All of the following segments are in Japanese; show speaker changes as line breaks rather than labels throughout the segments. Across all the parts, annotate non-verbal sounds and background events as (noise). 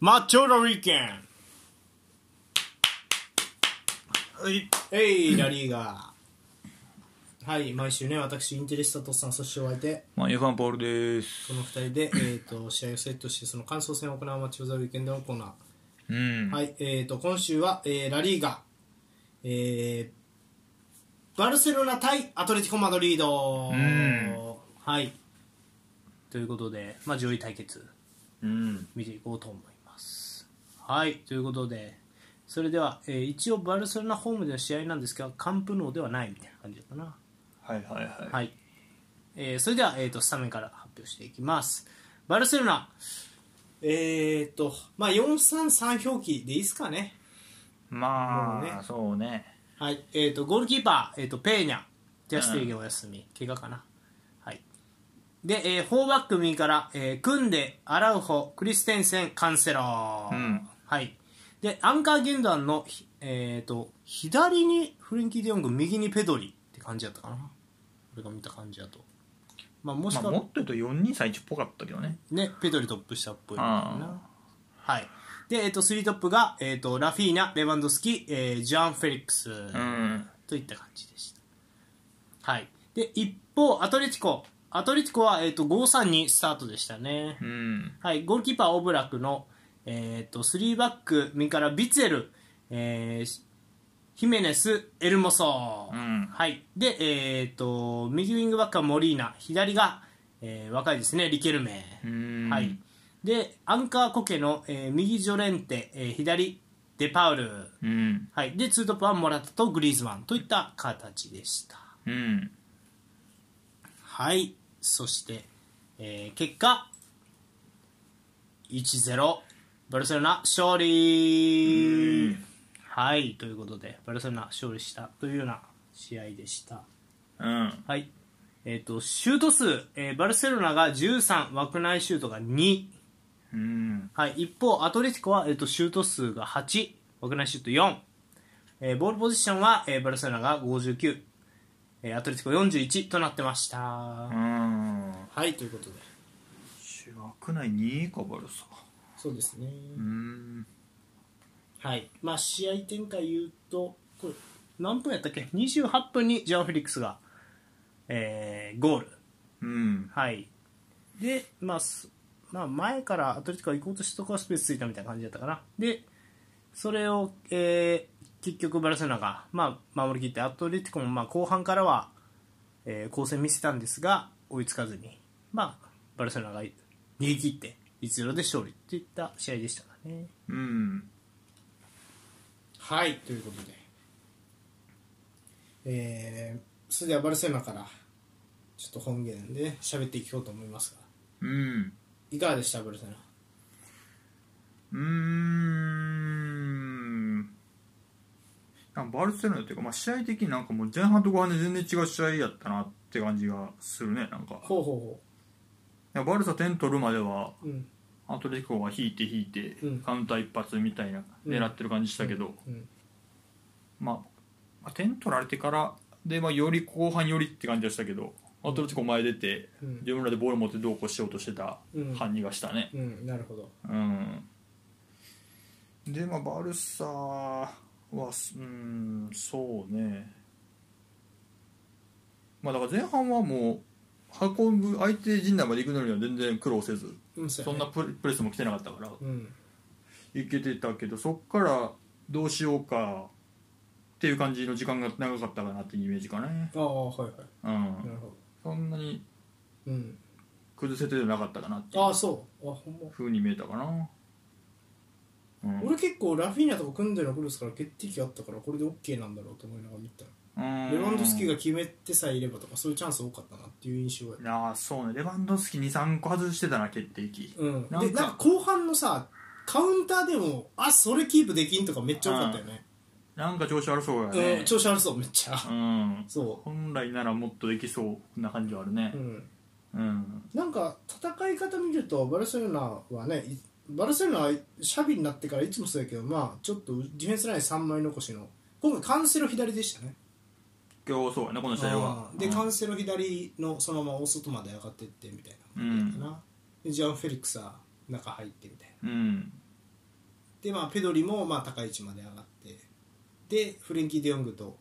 マッチョラウィーケンはい、えい、ラリーガー。はい、毎週ね、私、インテリスタとっさん、そしてお相手、
マンエファンポールです。
この二人
(laughs)
で、えー、と試合をセットして、その感想戦を行うマッチョザウィーケンドのコーナー。
うん。
はい、えー、と今週は、えーラリーガ、えーバルセロナ対アトレティコ・マドリード、
ん
はいということで、まあ、上位対決
うん。
見ていこうと思いますはいということでそれでは、えー一応バルセロナホームでの試合なんですがカンプノーではないみたいな感じだったな
はいはいはい。
はい、えーそれでは、えー、とスタメンから発表していきますバルセロナえっ、とまあ433表記でいいですかね
まあ、
もうね
そうね。
はい、えー、とゴールキーパー、えー、とペーニャ、ジャスティーゲンお休み、怪我かな。はい、で、えー、4バック右から、えー、クンデ、アラウホ、クリステンセン、カンセロ、
うん
はい、でアンカー・ゲンダンの、ひえー、と左にフレンキー・デヨング、右にペドリって感じだったかな、俺が見た感じだと。まあ、もし
まあ、
か
もっと言うと4231っぽかったけどね。
ね、ペドリトップ下っぽいみたい
あ
な。はい。で、えっ、と、3トップが、えっ、と、ラフィーナ、レバンドフスキ、えージャン・フェリックス。
うん。
といった感じでした。はい、で一方、アトレティコ、アトレティコは、えー、と532スタートでしたね、
うん。
はい、ゴールキーパー、オブラクの、えー、と3バック、右からビツエル、えーヒメネス、エルモソ、
うん
はいでえー、と右ウィングバックはモリーナ、左が、えー若いですね、リケルメ。
うん。
はい。、でアンカーコケの、えー右ジョレンテ、えー左デパウル。
うん。
はい、で2トップはモラタとグリーズマンといった形でした
うん。
はいそして、えー結果1-0バルセロナ勝利はいということでバルセロナ勝利したというような試合でした
うん。
はいえっ、とシュート数、えーバルセロナが13枠内シュートが2
うん。
はい、一方、アトレティコは、えっとシュート数が8、枠内シュート4、えーボールポジションは、えーバルセロナが59、えーアトレティコ41となってました。
う
は
ん。
い、ということで、
主役内2位かバルサ。
そうですね、
うん。
はいまあ、試合展開言うと、これ何分やったっけ、28分にジャン・フェリックスが、えーゴール。
うん。
はい、で、まあすまあ、前からアトレティコが行こうとしたところはスペースついたみたいな感じだったかなでそれを、えー結局バルセロナが、まあ、守りきってアトレティコもまあ後半からは、えー、攻勢見せたんですが追いつかずに、まあ、バルセロナが逃げ切って1-0で勝利といった試合でしたからね
うん。
はいということでえー、それではバルセロナからちょっと本源で喋っていこうと思いますが
うん。
いかがでしたバルセロナ
うーんなんかバルセロナっていうか、まあ、試合的になんかもう前半と後半で全然違う試合やったなって感じがするねなんか
ほうほ
バルサ点取るまで
う
は
ほううん
アトレティコが引いて引いて、
うん
カウンター一発みたいな
うん
狙ってる感じしたけど、
うん
まあまあ点取られてからで、まあ、より後半よりって感じがしたけどアトレティコ前出て、
うん
自分らでボール持ってどうこうしようとしてた
うん
感じがしたね、
うんなるほど
うんでまあバルサはうんそうねまあだから前半はもう運ぶ相手陣内まで行くのには全然苦労せず
うん
そんなプレプレスも来てなかったから
うん
いけてたけどそっからどうしようかっていう感じの時間が長かったかなっていうイメージかね
ああはいは
う
いなんるほど
そんなに
うん
崩せてなかったかなっていう
ああそうあほんま
ふうに見えたかなうん
俺結構ラフィーナとか組んでるのクルスから決定機あったからこれで OK なんだろうと思いながら見てたレ
レ
バンドフスキが決めてさえいればとかそういうチャンス多かったなっていう印象が
ああそうねレバンドフスキ23個外してたな決定機
うん
なんか
でなんか後半のさカウンターでもあそれキープできんとかめっちゃ多かったよね
なんか調子悪そうや
うん
ね
調子悪そうめっちゃ
うん
そ
本来ならもっとできそうな感じはあるね
ううん
うん
なんか戦い方見るとバルセロナはねいバルセロナはシャビになってからいつもそうやけどまあちょっとディフェンスライン3枚残しの今回カンセロ左でしたね
今日そうやねこの試合は
うんで
うん
カンセロ左のそのまま大外まで上がってってみたいな感じだったな、でジャン・フェリックスは中入ってみたいな
うん
で、まあ、ペドリもまあ高い位置まで上がってでフレンキー・デヨングと、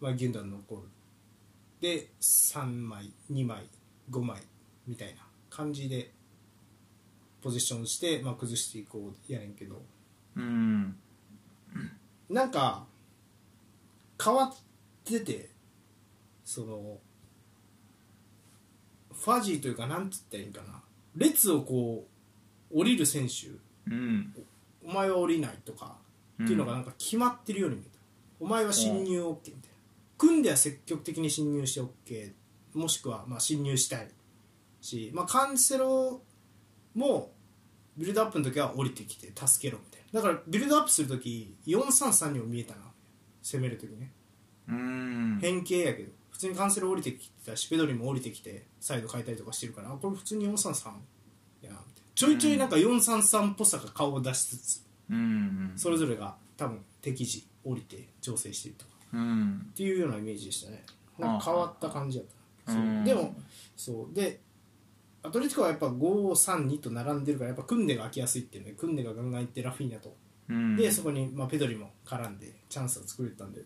まあ、ギュンダンのゴールで3枚2枚5枚みたいな感じでポジションして、まあ、崩していこうやねんけど
うん
なんか変わっててそのファジーというかなんつったらいいんかな列をこう降りる選手
うん
お前は降りないとかっていうのがなんか決まってるように見えた、お前は侵入 OK みたいな組んでは積極的に侵入して OK もしくはまあ侵入したいし、まあ、カンセロもビルドアップの時は降りてきて助けろみたいなだからビルドアップする時433にも見えたな攻める時ね
うん
変形やけど普通にカンセロ降りてきてたしペドリも降りてきてサイド変えたりとかしてるからあこれ普通に433やなみたいなちょいちょいなんか433っぽさが顔を出しつつ
うん
それぞれが多分適時降りて調整してるとか
うん
っていうようなイメージでしたねなんか変わった感じだったそう
うん
でもそうでアトレティコはやっぱ532と並んでるからやっぱクンデが空きやすいっていうねクンデがガンガンいってラフィーニャと
うん
でそこに、まあ、ペドリも絡んでチャンスを作れてたんで、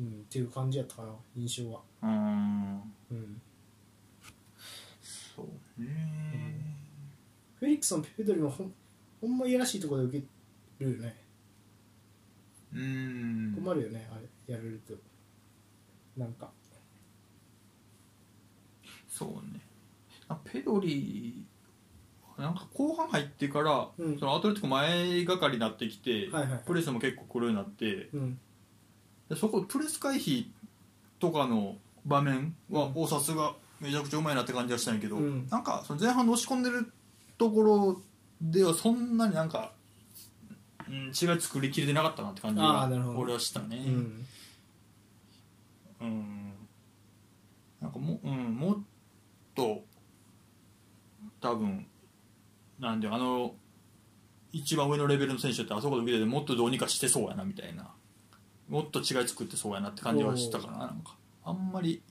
うん、っていう感じやったかな印象は、
ああ
うん、
そうね
フェリックスもペドリもほんほんまいやらしいところで受けるよね
うん
困るよねあれやられるとなんか
そうねあペドリなんか後半入ってから、
うん
そのアトレティコ前がかりになってきて、
はいはいはい
プレスも結構来るようになって
うん
でそこプレス回避とかの場面はおさすがめちゃくちゃうまいなって感じがしたんやけど、
うん
なんかその前半の押し込んでるところではそんなになんか、うん、血が作りきれてなかったなって感じ
あー
が
なるほど
俺はしたね。
うん
うんなんかも,、うん、もっと多分なんであの一番上のレベルの選手ってあそこで受けててもっとどうにかしてそうやなみたいなもっと違い作ってそうやなって感じはしたかななんかあんまり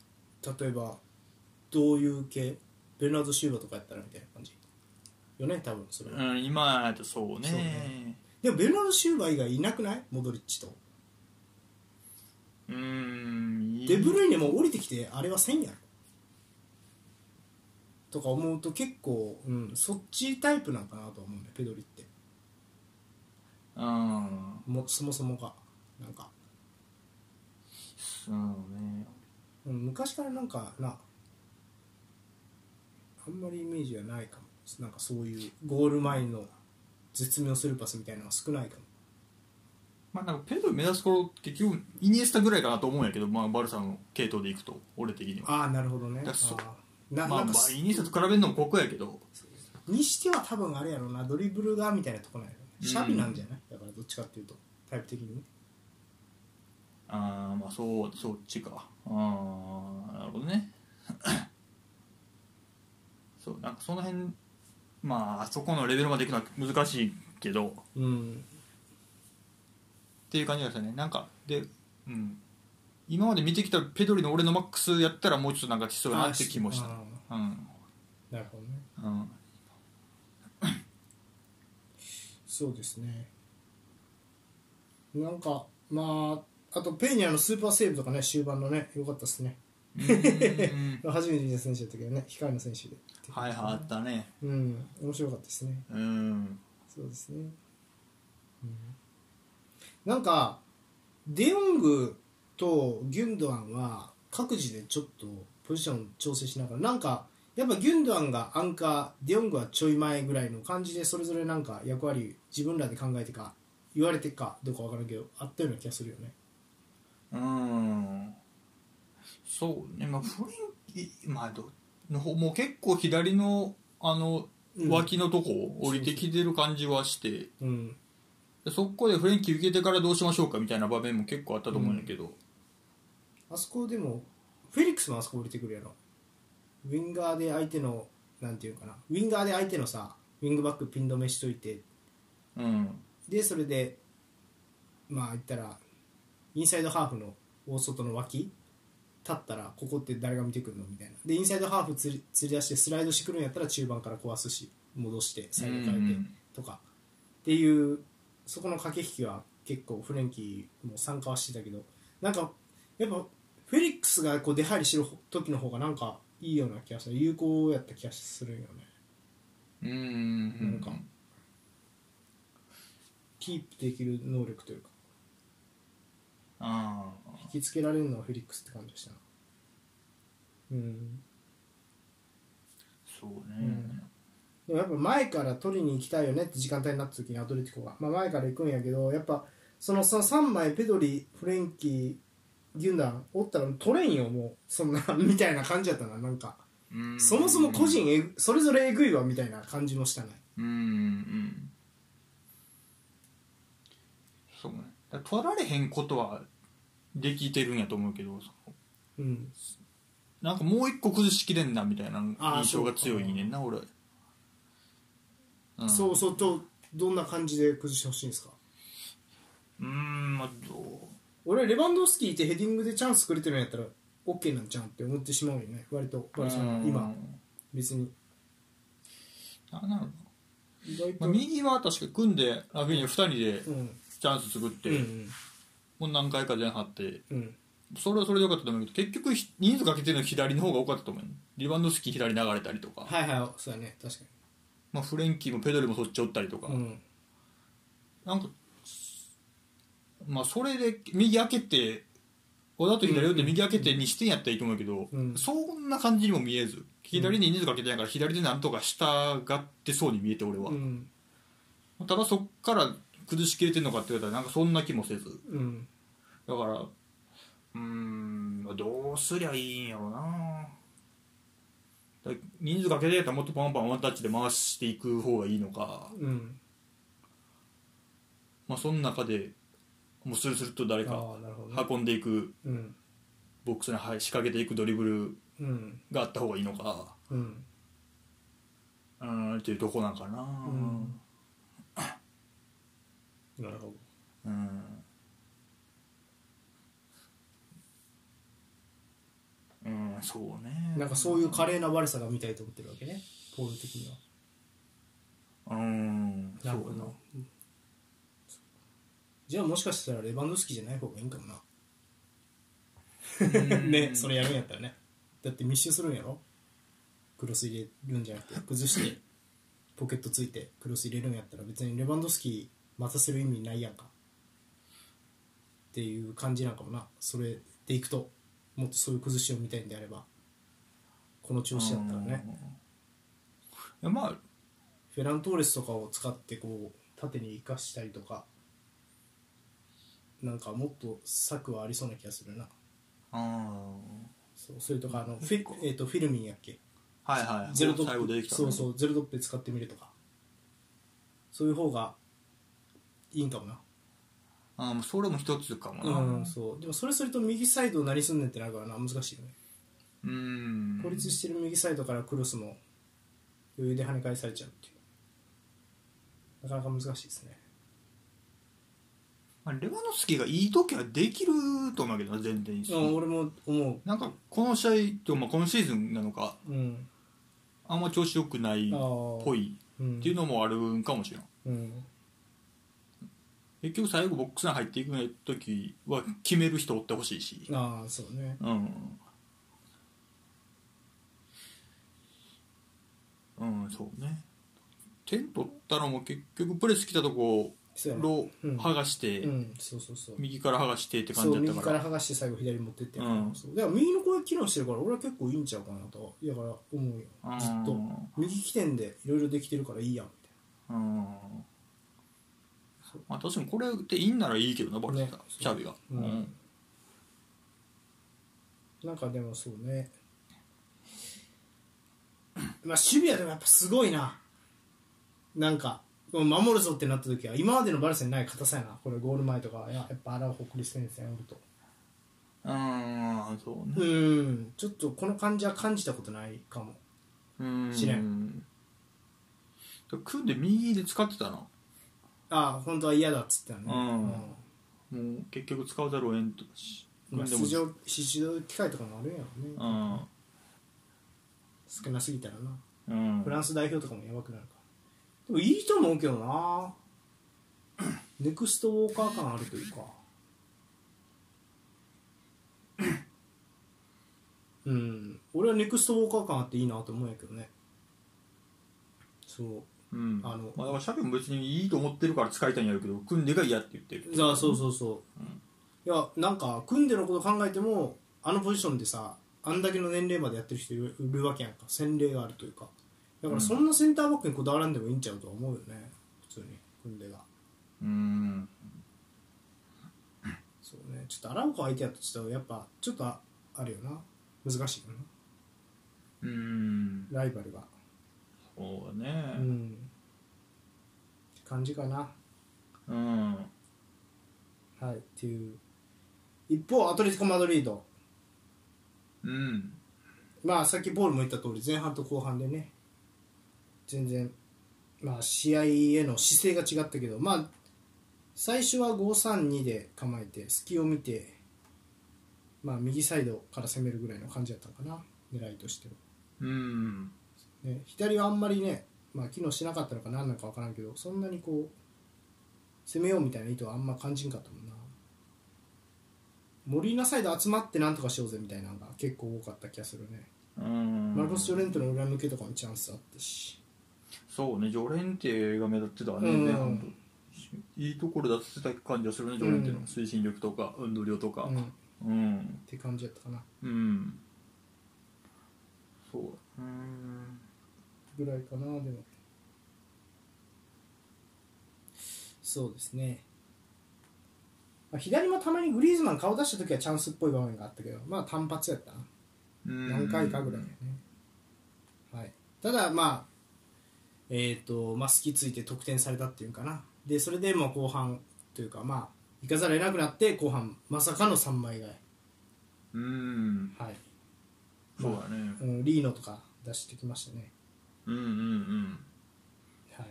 例えばどういう系ベルナード・シューバとかやったらみたいな感じよね多分それは、
うん、今やとそうね
そうねでもベルナード・シューバ以外いなくないモドリッチと
うん
デブルイネも降りてきてあれはせんやろとか思うと結構、うん、そっちタイプなんかなと思うねペドリって
うん
もそもそもがなんか、
そうね
うん、昔からなんかなあんまりイメージがないかもなんかそういうゴール前の絶妙スルーパスみたいなのは少ないかも
まあなんかペドリ目指す頃結局イニエスタぐらいかなと思うんやけど、まあ、バルサの系統でいくと俺的には
ああなるほどね
だからそ
あーな
ま
な
あ、
ん
ま
か
あ、イニエスタと比べるのも酷やけど、
にしては多分あれやろうなドリブルがみたいなとこないよね
うん
シャビなんじゃないだからどっちかっていうとタイプ的にね
ああ、まあ、そう、そっちか。ああ、なるほどね。 (coughs) そう、なんかその辺、まあ、あそこのレベルまでいくのは難しいけど、っ
うん
ていう感じがしたね。なんか、で、うん。今まで見てきたペドリの俺のマックスやったらもうちょっとなんか必要だなって気もし
あー
た。うん。
なるほどね (laughs)
うん。
そうですねなんかまああとペーニャのスーパーセーブとかね終盤のね良かったですね
うーん
初めて見た選手だったけどね控えの選手で
はいはい、あったね。
うん面白かったですね
うん。
そうですね、うん、なんかデヨングとギュンドアンは各自でちょっとポジション調整しながらなんかやっぱギュンドアンがアンカーデヨングはちょい前ぐらいの感じでそれぞれなんか役割自分らで考えてか言われてかどうかわからんけどあったような気がするよね
うーんそうねまあフレンキーまあどの方もう結構左のあの
うん
脇のとこ降りてきてる感じはして、
うん
でそこでフレンキー受けてからどうしましょうかみたいな場面も結構あったと思うんやけど、
あそこでもフェリックスもあそこ降りてくるやろウィンガーで相手のなんていうかなウィンガーで相手のさウィングバックピン止めしといて
うん、
でそれでまあ言ったらインサイドハーフの大外の脇立ったらここって誰が見てくるのみたいなでインサイドハーフ釣り釣り出してスライドしてくるんやったら中盤から壊すし戻してサイド変えてとかっていうそこの駆け引きは結構フレンキーも参加はしてたけどなんかやっぱフェリックスがこう出入りしてる時の方がなんかいいような気がする有効やった気がするよね
うんうん
なんかキープできる能力というか
ああ
引きつけられるのはフェリックスって感じでしたなうん
そうね、
んでもやっぱ前から取りに行きたいよねって時間帯になった時にアトレティコが、まあ、前から行くんやけどやっぱそのその3枚ペドリフレンキーギュンダンおったら取れんよもうそんな (laughs) みたいな感じやったななんか
うん
そもそも個人えぐそれぞれえぐいわみたいな感じもしたね
うんうんうんそうねだから取られへんことはできてるんやと思うけどその
うん
なんかもう一個崩しきれんなみたいな
あー
印象が強いねんな俺、うん、
そうそうとどんな感じで崩してほしいんですか
うーんまあど
俺レバンドフスキーいてヘディングでチャンスくれてるんやったら OK なんちゃうんって思ってしまうよね割と
う
バルセロナ
うん
今別に
なんだろうな、
意外
ま
と、
あ、右は確か組んでラフィーニャ2人で
うん
チャンス作って、
うん
もう何回か前半あって
うん
それはそれでよかったと思うけど結局ひ人数かけてるのは左の方が多かったと思うよリバウンドスキー左流れたりとか、
はいはいそうだね確か
まあ、フレンキーもペドリもそっちおったりとか、
にうん
なんかまあそれで右開けて小田と左打って右開けてにしてんやったらいいと思うけど、
うん
そんな感じにも見えず左に人数かけてないから左でなんとか従ってそうに見えて俺は、
うん
ただそっから崩しきれてんのかって言われたらなんかそんな気もせず
うん
だからうーんどうすりゃいいんやろうなだ人数かけてたらもっとパンパンワンタッチで回していく方がいいのか、
うん
まあ、その中でもうスルスルっと誰
ああ
か
なるほど、ね、
運んでいく
うん
ボックスにはい仕掛けていくドリブル
うん
があった方がいいのか
うん
うーんっていうとこなんかなうん、
なるほど
うんそうね
なんかそういう華麗な悪さが見たいと思ってるわけねポール的には
うんそうやな
うんじゃあもしかしたらレバンドフスキーじゃない方がいいんかもなねそれやるんやったらねだって密集するんやろクロス入れるんじゃなくて崩してポケットついてクロス入れるんやったら別にレバンドフスキー待たせる意味ないやんかっていう感じなんかもなそれでいくともっとそういう崩しを見たいんであればこの調子だったらね
うんいやまあ
フェラントーレスとかを使ってこう縦に生かしたりとかなんかもっと策はありそうな気がするな
あ
そうそれとかあのフィ,、えー、とフィルミンやっけ
あはいはい
ゼロド
最後出
ッ
てき
ペ
た
そう
う
そうゼロドッペ使ってみるとかそういう方がいいんかもな
あーもうそれも一つかもな
うんそうでもそれすると右サイド何すんねんってなるからな難しいよね
うん
孤立してる右サイドからクロスも余裕で跳ね返されちゃうっていうなかなか難しいですね
まあレバノフスキーがいい時はできると思うけどな全然いいし
うん俺も思
なんかこの試合と、まあ、このシーズンなのか
ううん
あんま調子良くない
あ
っ
ー
ぽい
うん
っていうのもあるんかもしれ
う
ん
ん
結局最後ボックスに入っていく時は決める人おってほしいし
ああそうね
うんうんそうね点取ったのも結局プレス来たとこ
そうやな
ロ
うん
剥がして、
うんそうそうそう
右から剥がしてって
そ
感
う
じだ
右
った
か
から
ら剥がして最後左持ってってやる
うん
そうだから右の声機能してるから俺は結構いいんちゃうかなとだから思うよ
うん
ずっと右起点でいろいろできてるからいいやんみ
うんまあ確かにこれでいいんならいいけどなバルセロナ
ね
チャビが、
うんたいななんかでもそうねまあ守備はでもやっぱすごいななんかうん守るぞってなった時は今までのバルセにない硬さやなこれゴール前とかいややっぱアラホクリステンセンおると
うん、うん、そうね
うんちょっとこの感じは感じたことないかも
うん
知ら
組んで右で使ってたな
ああ本当は嫌だっつってたね、
うんもう結局使わざるを得んとし
まあ、
組ん
出
でも
場出場機会とかもあるんやろね、
うん
少なすぎたらな
うん
フランス代表とかもやばくなるからでもいいと思うけどなネクストウォーカー感あるというかうん俺はネクストウォーカー感あっていいなと思うんやけどねそう
うん
あの
まあ、だからシャビも別にいいと思ってるから使いたいんやるけど組んでが嫌って言ってる
あそうそうそう、
うん
いやなんか組んでのこと考えてもあのポジションでさあんだけの年齢までやってる人いるいるわけやんか洗礼があるというかだからそんなセンターバックにこだわらんでもいいんちゃうとは思うよね普通に組んでが
うん
そうねちょっとアランコ相手やとちょっとやっぱちょっとああるよな難しいよ
うん
なライバルが
そうだ
う
ね
んって感じかな
う
は
ん、
いっていう一方アトレティコ・マドリード
うん、
まあさっきボールも言った通り前半と後半でね全然まあ試合への姿勢が違ったけどまあ最初は532で構えて隙を見てまあ右サイドから攻めるぐらいの感じだったのかな狙いとしては、
うん、
ね、左はあんまりね、まあ、機能しなかったのか何なのか分からんけどそんなにこう攻めようみたいな意図はあんま感じんかったもんな森のサイド集まってなんとかしようぜみたいなのが結構多かった気がするね
うん、
マルコス・ジョレントの裏抜けとかもチャンスあったし、
そうね、ジョレンテが目立ってたね、
うん
前半と。いいところ出せた感じがするね、ジョレンテの
うん
推進力とか、運動量とか
う。ん、っ
うん。
て感じだったかな
うん。そう。うん。
ぐらいかなでもそうですね、まあ、左もたまにグリーズマン顔出した時はチャンスっぽい場面があったけどまあ単発やったな何回かぐらいだよね、はい、ただまあえっ、とまあ隙ついて得点されたっていうかなでそれでもう後半というかまあ行かざるを得なくなって後半まさかの3枚替え
うん。
はい
そうだね。
うん、リーノとか出してきましたね、
うんうんうん。
は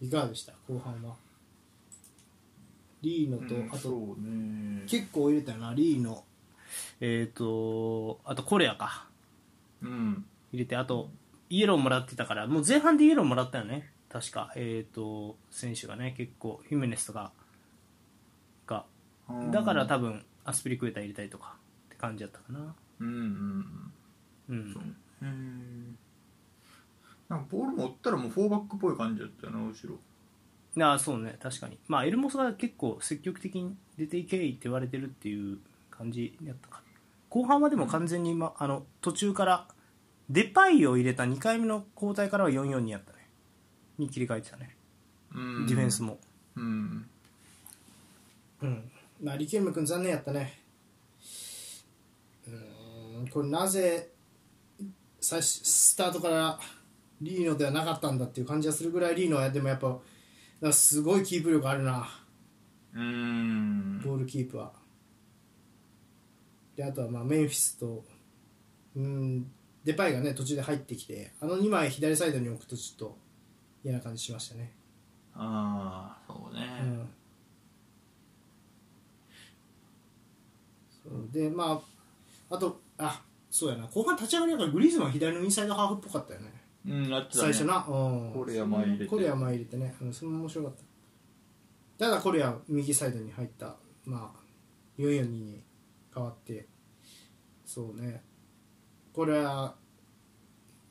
い、いかがでした後半はリーノと、
うん
あと
そうね。
結構入れたよなリーノ
えっ、とあとコレアか
うん。
入れてあとイエローもらってたからもう前半でイエローもらったよね確かえっ、と選手がね結構ヒメネスとかがだから多分アスピリクエタ入れたりとかって感じだったかな
うんうん
う
うん。そうんねうん。なんかボール持ったらもうフォーバックっぽい感じだったよな、後ろ。
ああそうね確かにまあエルモスが結構積極的に出ていけいって言われてるっていう感じやったから後半はでも完全に、まあの途中からデパイを入れた2回目の交代からは4-4にやったねに切り替えてたね
うん。
ディフェンスも、
うん。
うんまあリケーム君残念やったねうーんこれなぜ最初スタートからリーノではなかったんだっていう感じがするぐらいリーノはでもやっぱなんかすごいキープ力あるな
うん。
ボールキープは。であとはまあメンフィスと、うん、デパイがね途中で入ってきてあの2枚左サイドに置くとちょっと嫌な感じしましたね。
ああそうね
うん、そうでまああとあそうやな後半立ち上がりだからグリーズマン左のインサイドハーフっぽかったよね
うんやってた
最
ね
初な、うん、
コレア前入れて
コレア前入れてね、うん、それも面白かったただコレア右サイドに入ったまあ442に変わってそうねこれは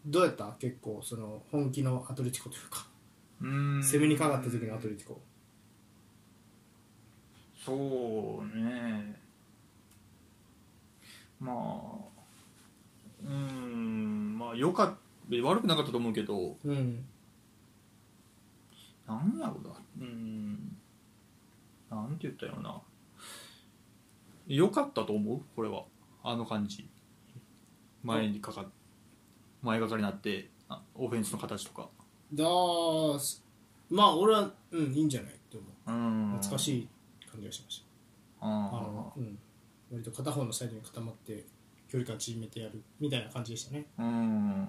どうやった結構その本気のアトレティコというか
うん
攻めにかかった時のアトレティコ
そうねまあうんまあよかった悪くなかったと思うけど
うん
なんやろうなうんなんて言ったよなよかったと思うこれはあの感じ前にかか前がかりになってあオフェンスの形とか
だーすまあ俺はうんいいんじゃないって思う
うん
懐か
い
しい感じがしましたあ
ああ
の、うん、割と片方のサイドに固まって距離感縮めてやるみたいな感じでしたね、
うん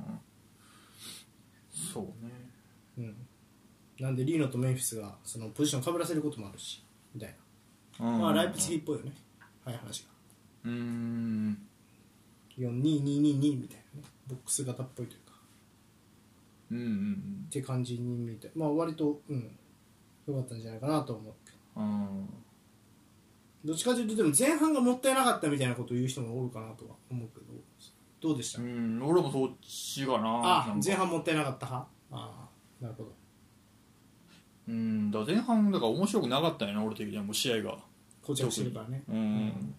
そうね
うん、なんでリーノとメンフィスがそのポジションかぶらせることもあるしみたいな、まあ、ライプツィヒっぽいよねはい話が
うん
42222みたいなねボックス型っぽいというか
うんうん
って感じに見えてまあ割とうん良かったんじゃないかなと思うけど
うん
どっちかというとでも前半がもったいなかったみたいなことを言う人もおるかなとは思うけどどうでした、
うん、俺もそっちかなな
あ
んか
前半もったいなかった派ああなるほど
うんだから前半だから面白くなかったよな俺的にはもう試合が
膠着してるからね
うん、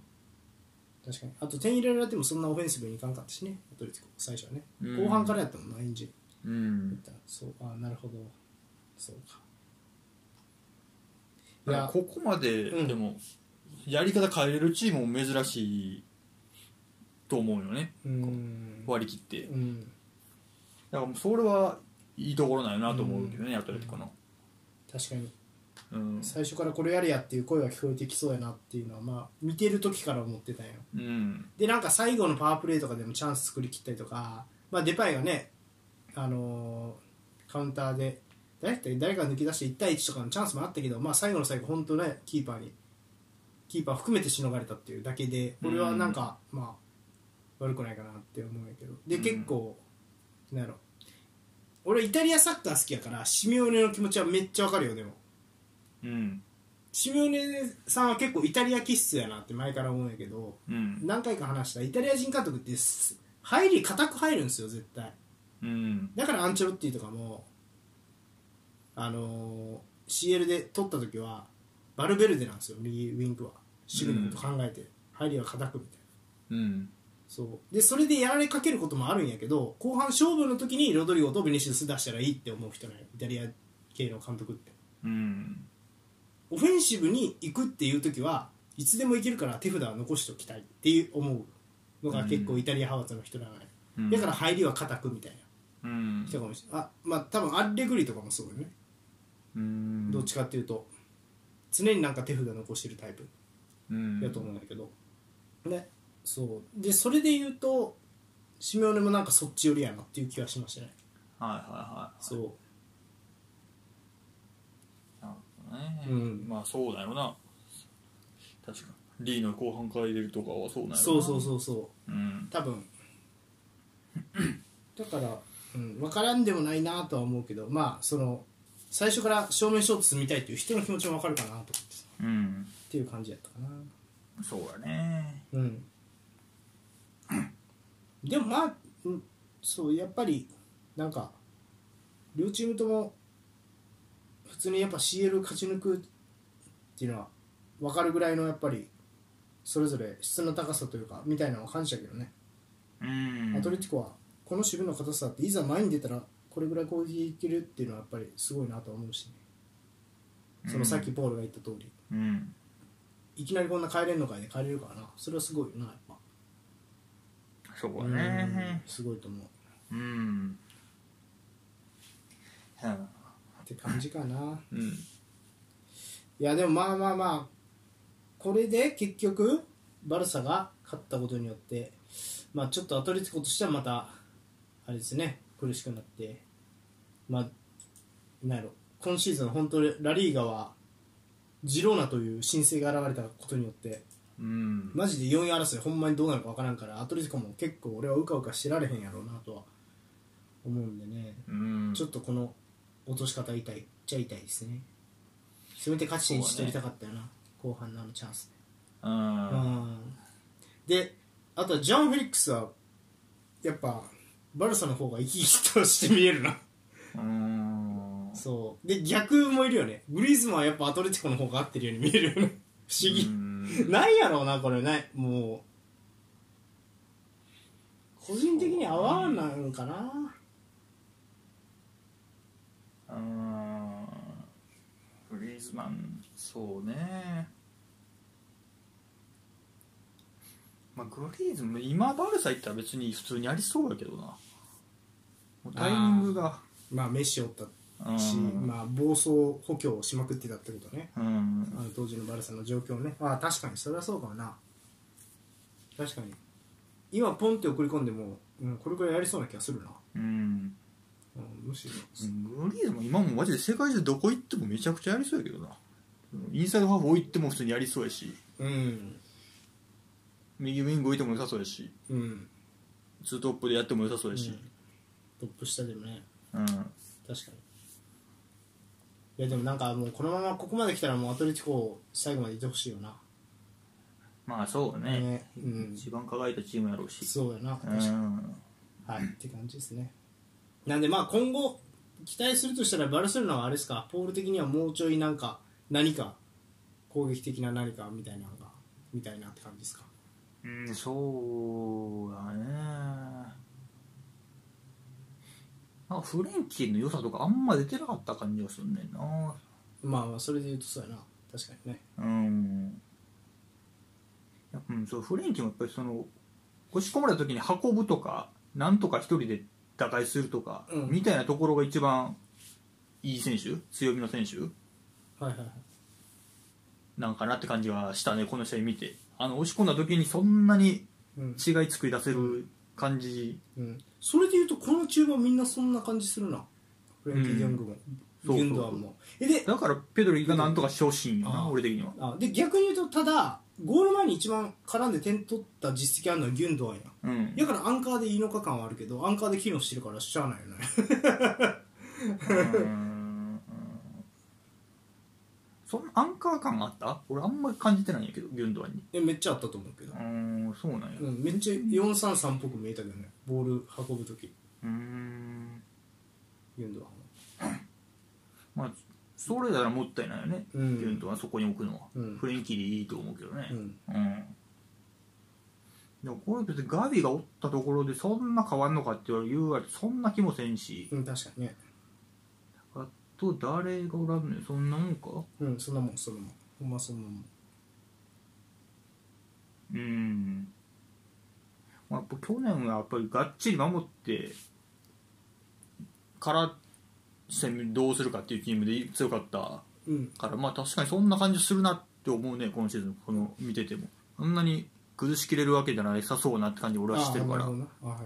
確かにあと点入れられてもそんなオフェンスブにいかんかったしねアトレティコ最初はね、
うん
後半からやったもんなエンジン
うん、
そうあなるほどそうかい
だから
や
ここまで、
うん
でもやり方変えれるチームも珍しいと思うよね
うん
割り切って
うん
だからもうそれはいいところなんよなと思うけどね、アトレティコの、
確かに
うん
最初からこれやれやっていう声が聞こえてきそうやなっていうのはまあ見てる時から思ってたんよ
うん
でなんか最後のパワープレーとかでもチャンス作り切ったりとか、まあ、デパイがね、あのーカウンターで誰だっけ誰かが抜け出して1対1とかのチャンスもあったけど、まあ、最後の最後本当ねキーパーにキーパー含めてしのがれたっていうだけで俺はなんか、まあ悪くないかなって思うんやけどで
うん
結構、なんやろ俺イタリアサッカー好きやからシミオネの気持ちはめっちゃわかるよでも
うん
シミオネさんは結構イタリア気質やなって前から思うんやけど、
うん
何回か話したイタリア人監督ってす入り固く入るんですよ絶対
うん
だからアンチェロッティとかもあのー CL で取った時はバルベルデなんですよ右ウィングは守備のこと考えて、入りは固くみたいな
うん
そうでそれでやられかけることもあるんやけど後半勝負の時にロドリゴとベニシウス出したらいいって思う人なんよイタリア系の監督って
うん
オフェンシブに行くっていう時はいつでも行けるから手札は残しておきたいっていう思うのが結構イタリア派閥の人なのよ、
うん
だから入りは固くみたいな
うん
人かもしれないあまあ多分アレグリとかもそうよね、
うん
どっちかっていうと常になんか手札残してるタイプ
うん
やと思うんだけど、ねそうでそれで言うとシメオネもなんかそっち寄りやなっていう気はしましたね
はいは
そう
いはいなるほどね、
うん
まあそうだよな確かにリーの後半から入れるとかはそうなんやろな
そうそうそうそう
うん
多
(clears throat)
分だから、うん、分からんでもないなとは思うけどまあその最初から正面衝突みたいっていう人の気持ちも分かるかなと思ってさ
うん
っていう感じやったかな
そうだね
うんでもまあ、うん、そうやっぱりなんか両チームとも普通にやっぱ CL 勝ち抜くっていうのは分かるぐらいのやっぱりそれぞれ質の高さというかみたいなのを感じたけどね
うん
アトレティコはこの守備の硬さっていざ前に出たらこれぐらい攻撃いけるっていうのはやっぱりすごいなとは思うしね、そのさっきポールが言った通り
うん
いきなりこんな帰れんのかいで帰れるからなそれはすごいよなやっぱ
そうだ
うん
ね
すごいと思う
うんうん
って感じかな
うん
いやでもまあまあまあこれで結局バルサが勝ったことによってまあちょっとアトレティコとしてはまたあれですね苦しくなってまあなんやろ今シーズン本当にラリーガはジローナという新星が現れたことによって
うん
マジで4位争いほんまにどうなるか分からんからアトレティコも結構俺はうかうかしてられへんやろうなとは思うんでね
うん
ちょっとこの落とし方痛いっちゃ痛いですねせめて勝ち点1取りたかったよな、後半のあのチャンス
う
うんんであとはジャン・フェリックスはやっぱバルサの方が生き生きとして見えるな
うん
そうで逆もいるよねグリーズマンはやっぱアトレティコの方が合ってるように見えるよね不思議、ないやろうなこれねもう個人的に合わないんかな
うんグリーズマンそうねまあグリーズマン今バルサ行ったら別に普通にありそうやけどなもうタイミングが
まあメッシおった
うん
し、まあ、暴走補強をしまくってたってことね
うん
あの当時のバルサの状況ねああ確かにそれはそうかもな確かに今ポンって送り込んでも、うん、これぐらいやりそうな気がするな、
うん
うん、むしろ、
グリーズも今もマジで世界中どこ行ってもめちゃくちゃやりそうやけどなインサイドハーフ置いても普通にやりそうやし
うん
右ウィング置いても良さそうやし
うん
ツートップでやっても良さそうやし
トップ下でもね
うん、
確かにいやでもなんかもうこのままここまで来たらもうアトレティコ最後までいてほしいよな
まあそうね
ねうん
一番輝いたチームやろうし
そうやな、
うん
はいって感じですねなんでまあ今後期待するとしたらバルセロナはあれですかポール的にはもうちょいなんか何か攻撃的な何かみたいなのがみたいなって感じですか
うんそうだねなんかフレンキーの良さとかあんま出てなかった感じがすんねんな
まあまあそれで言うとそうやな確かにね
うんやっぱうんそうフレンキーもやっぱりその押し込まれた時に運ぶとかなんとか一人で打開するとか、
うん
みたいなところが一番いい選手強みの選手
はいはいはい
なんかなって感じはしたねこの試合見てあの押し込んだ時にそんなに
うん、
違い作り出せる感じ、
うん、それで言うとこの中盤みんなそんな感じするなフレンキー・ギョングも、
そうそう
ギュンドアンもえで
だからペドリがなんとかしてほしいんや
あ
な
あ
俺的には
あで逆に言うとただゴール前に一番絡んで点取った実績あるのはギュンドアンや
うん
だからアンカーでいの日感はあるけどアンカーで機能してるからしゃあないよね
うんそんなアンカー感あった俺あんまり感じてないんやけどギュンドアンに
えめっちゃあったと思うけど
う、んそうなんや
うん、めっちゃ433っぽく見えたけどねボール運ぶ時
うん
ギュンドアンは
まあそれならもったいないよね、
うん
ギュンドアンそこに置くのは、
うん
フレンキーでいいと思うけどね
うん
うんでもこれ別にガビがおったところでそんな変わんのかって言われるわれそんな気もせんし、
うん確かにね
あと誰がおらんのよそんなもんか
うんそんなもんそんなもんほんまそんなもん
うん、まあ、やっぱ去年はやっぱりがっちり守ってから攻めどうするかっていうチームで強かった
うん
からまあ確かにそんな感じするなって思うね今シーズンこの見ててもそんなに崩しきれるわけじゃないさそうなって感じ俺はしてるから
あ
う
ー
ん
なるほどなあは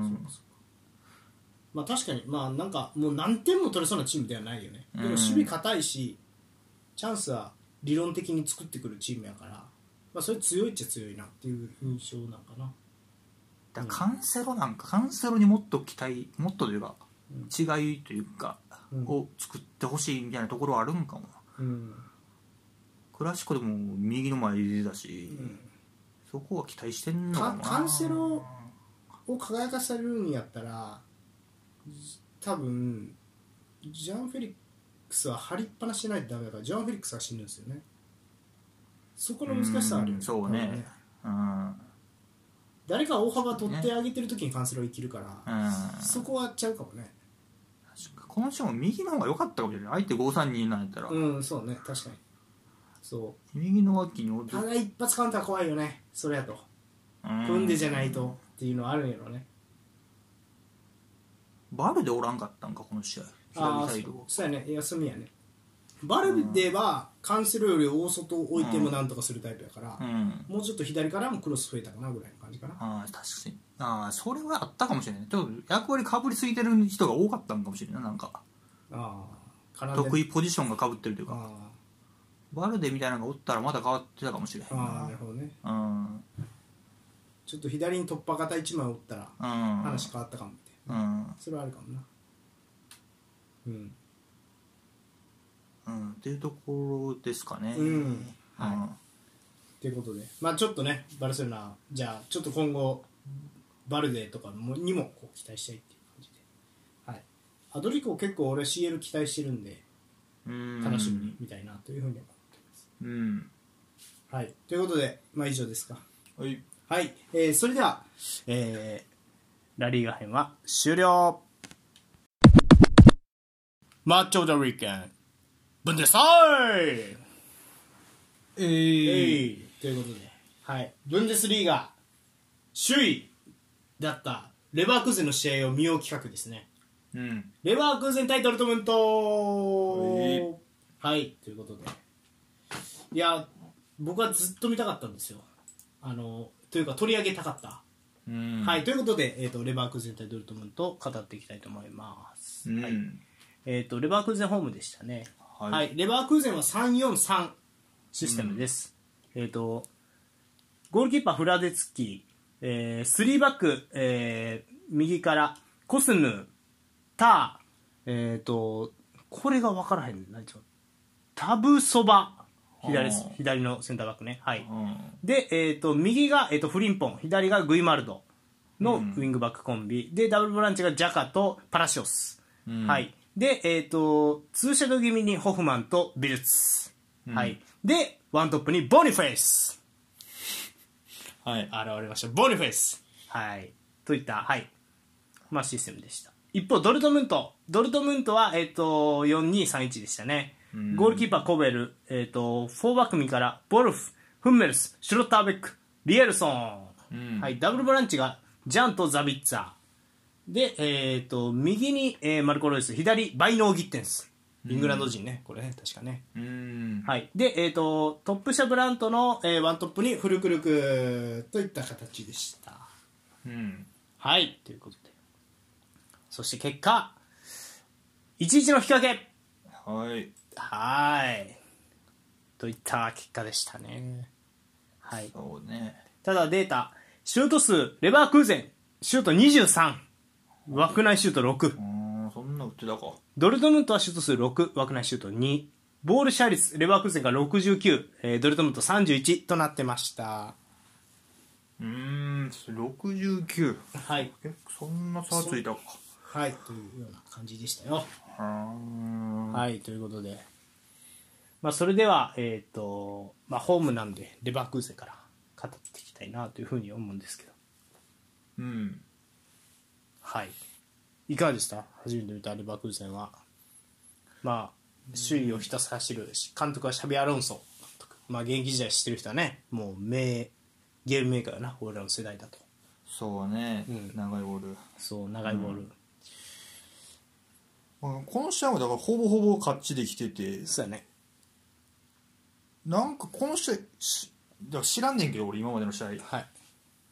いはいまあ確かにまあなんかもう何点も取れそうなチームではないよねでも
うん
守備硬いしチャンスは理論的に作ってくるチームやからまあそれ強いっちゃ強いなっていう印象なんかな
だからカンセロなんかカンセロにもっと期待もっとというか違いというか
うん
を作ってほしいみたいなところはあるんかもな
うん
クラシコでも右の前でだし、
ん
そこは期待してんのかもな
カカンセロを輝かされるんやったら多分ジャン・フェリックスは張りっぱなしじゃないとダメだからジャン・フェリックスは死ぬんですよねそこの難しさはあるよ
うんそうね
多分
うん、うん、
誰か大幅取ってあげてる時にカンセロ生きるから、そ
確
こはちゃうかもね
かこの人も右の方が良かったかもしれない相手532なんやったら、
うんそうね確かにそ
右の脇にお
うただ一発カウンター怖いよねそれやと
う
組んでじゃないとっていうのはあるんやろね
バルでおらんかったんかこの試合
あ
左
あ
サイ
ーそ
ド
うそうやね休みやねバルデはカンセルより大外置いてもなんとかするタイプやから、
うん
もうちょっと左からもクロス増えたかなぐらいの感じかな
ああ確かにああそれはあったかもしれないちょっと役割かぶりすぎてる人が多かったんかもしれないなんか
ああ絡んで
得意ポジションがかぶってるというか
あ
バルデみたいなのがおったらまだ変わってたかもしれへん
ーあーなる
な
ほどね
うん
ちょっと左に突破型1枚打ったら
うん
話変わったかもみたいな
うん
それはあるかもなうん
うんっていうところですかね。
うんはい
は
ということで、まあ、ちょっとね、バルセロナ、じゃあ、ちょっと今後、バルデとかもにもこう期待したいっていう感じで、はい、アドリコ結構俺、CL 期待してるんで、
い。うん
楽しみにみたいなというふうに思ってます。
うん。
はい、ということで、まあ、以上ですか。
はい。
はい、えーそれでは、
えーラリーガ編は終了マッチョ・オブザ・ウィーケンブンデサイ
え
え
ー、
いということで、はい、ブンデスリーガ、首位だったレバークーゼンの試合を見よう企画ですね。
うん。
レバークーゼンタイトルトーナメントはい、ということでいや僕はずっと見たかったんですよあのというか取り上げたかった、
うん。
はい。ということで、えー、とレバークーゼンタイトルトーナメントを語っていきたいと思います、
うん。
は
はいい。
えー、とレバークーゼンホームでしたね
は
はいいレバークーゼンは343
システムです、えっ、とゴールキーパーフラデツキー、えー、3バック、えー、右からコスヌター、えー、と
これが分からへん何ちょタブそば左です
あー
左のセンターバックねはい、
うん
で、えー、と右が、えー、とフリンポン左がグイマルドのウィングバックコンビ、でダブルボランチがジャカとパラシオス、
うん
はいで、えー、とツーシャドウ気味にホフマンとビルツ、はい、でワントップにボニフェイス
はい
現れましたボニフェイス、はい、といった、はいまあ、システムでした一方ドルトムントドルトムントは、えー、と4231でしたね
うん
ゴールキーパーコベル、えー、と4バックミからボルフフンメルスシュロッターベックリエルソン、
うん
はい、ダブルボランチがジャンとザビッツァで、えー、と右に、えーマルコ・ロイス左バイノー・ギッテンスイングランド人ね、これね確かね
うん
はい、で、えー、とトップ下ブラントの、えーワントップにフルクルクといった形でした
うん
はいということでそして結果1-1の引き分け
はい
はーいといった結果でしたね、はい、
そうね
ただデータシュート数レバークーゼンシュート23枠内シュート6
うんそんな売ってたか
ドルトムントはシュート数6枠内シュート2ボールシャ率レバークーゼンが69、えードルトムント31となってました
うん69
はい
えそんな差ついたか
はいというような感じでしたよ
うん
はい、ということで、まあ、それでは、えーとまあ、ホームなんでレバークーゼンから語っていきたいなというふうに思うんですけど、
うん
はい、いかがでした初めて見たレバークーゼンは、まあ、首位をひたすら走るし監督はシャビア・アロンソ監督、まあ、現役時代知ってる人はねもう名ゲームメーカーやな俺らの世代だと
そうね、
うん
長いボール
そう長いボール、
うんこの試合もだからほぼほぼ勝ちできてて
そうやね
なんかこの試合しだから知らんねんけど俺今までの試合
はい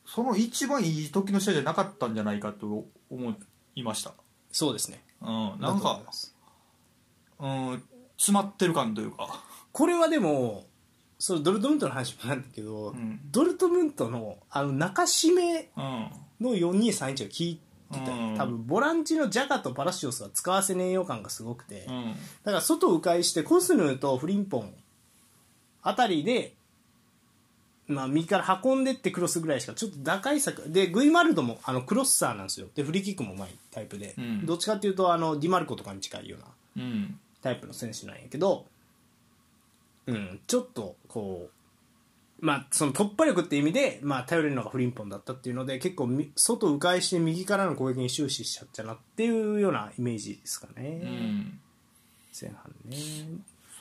その一番いい時の試合じゃなかったんじゃないかと思いました
そうですね
うんなん
だと思
か
います
うん詰まってる感というか
これはでもそのドルトムントの話もなんだけど、
ん
ドルトムントのあの中締め
うん
の4231を聞いてたよ、
うん
多分ボランチのジャガとパラシオスは使わせねえよ感がすごくて、
う
だ
ん
から外を迂回してコスヌーとフリンポンあたりで、まあ、右から運んでってクロスぐらいしかちょっと打開策でグイマルドもあのクロッサーなんですよでフリーキックもうまいタイプで、
うん
どっちかっていうとあのディマルコとかに近いような
うん
タイプの選手なんやけど、うん、ちょっとこう、まあ、その突破力って意味で、まあ、頼れるのがフリンポンだったっていうので結構み外迂回して右からの攻撃に終始しちゃったなっていうようなイメージですかね、
うん
前半ね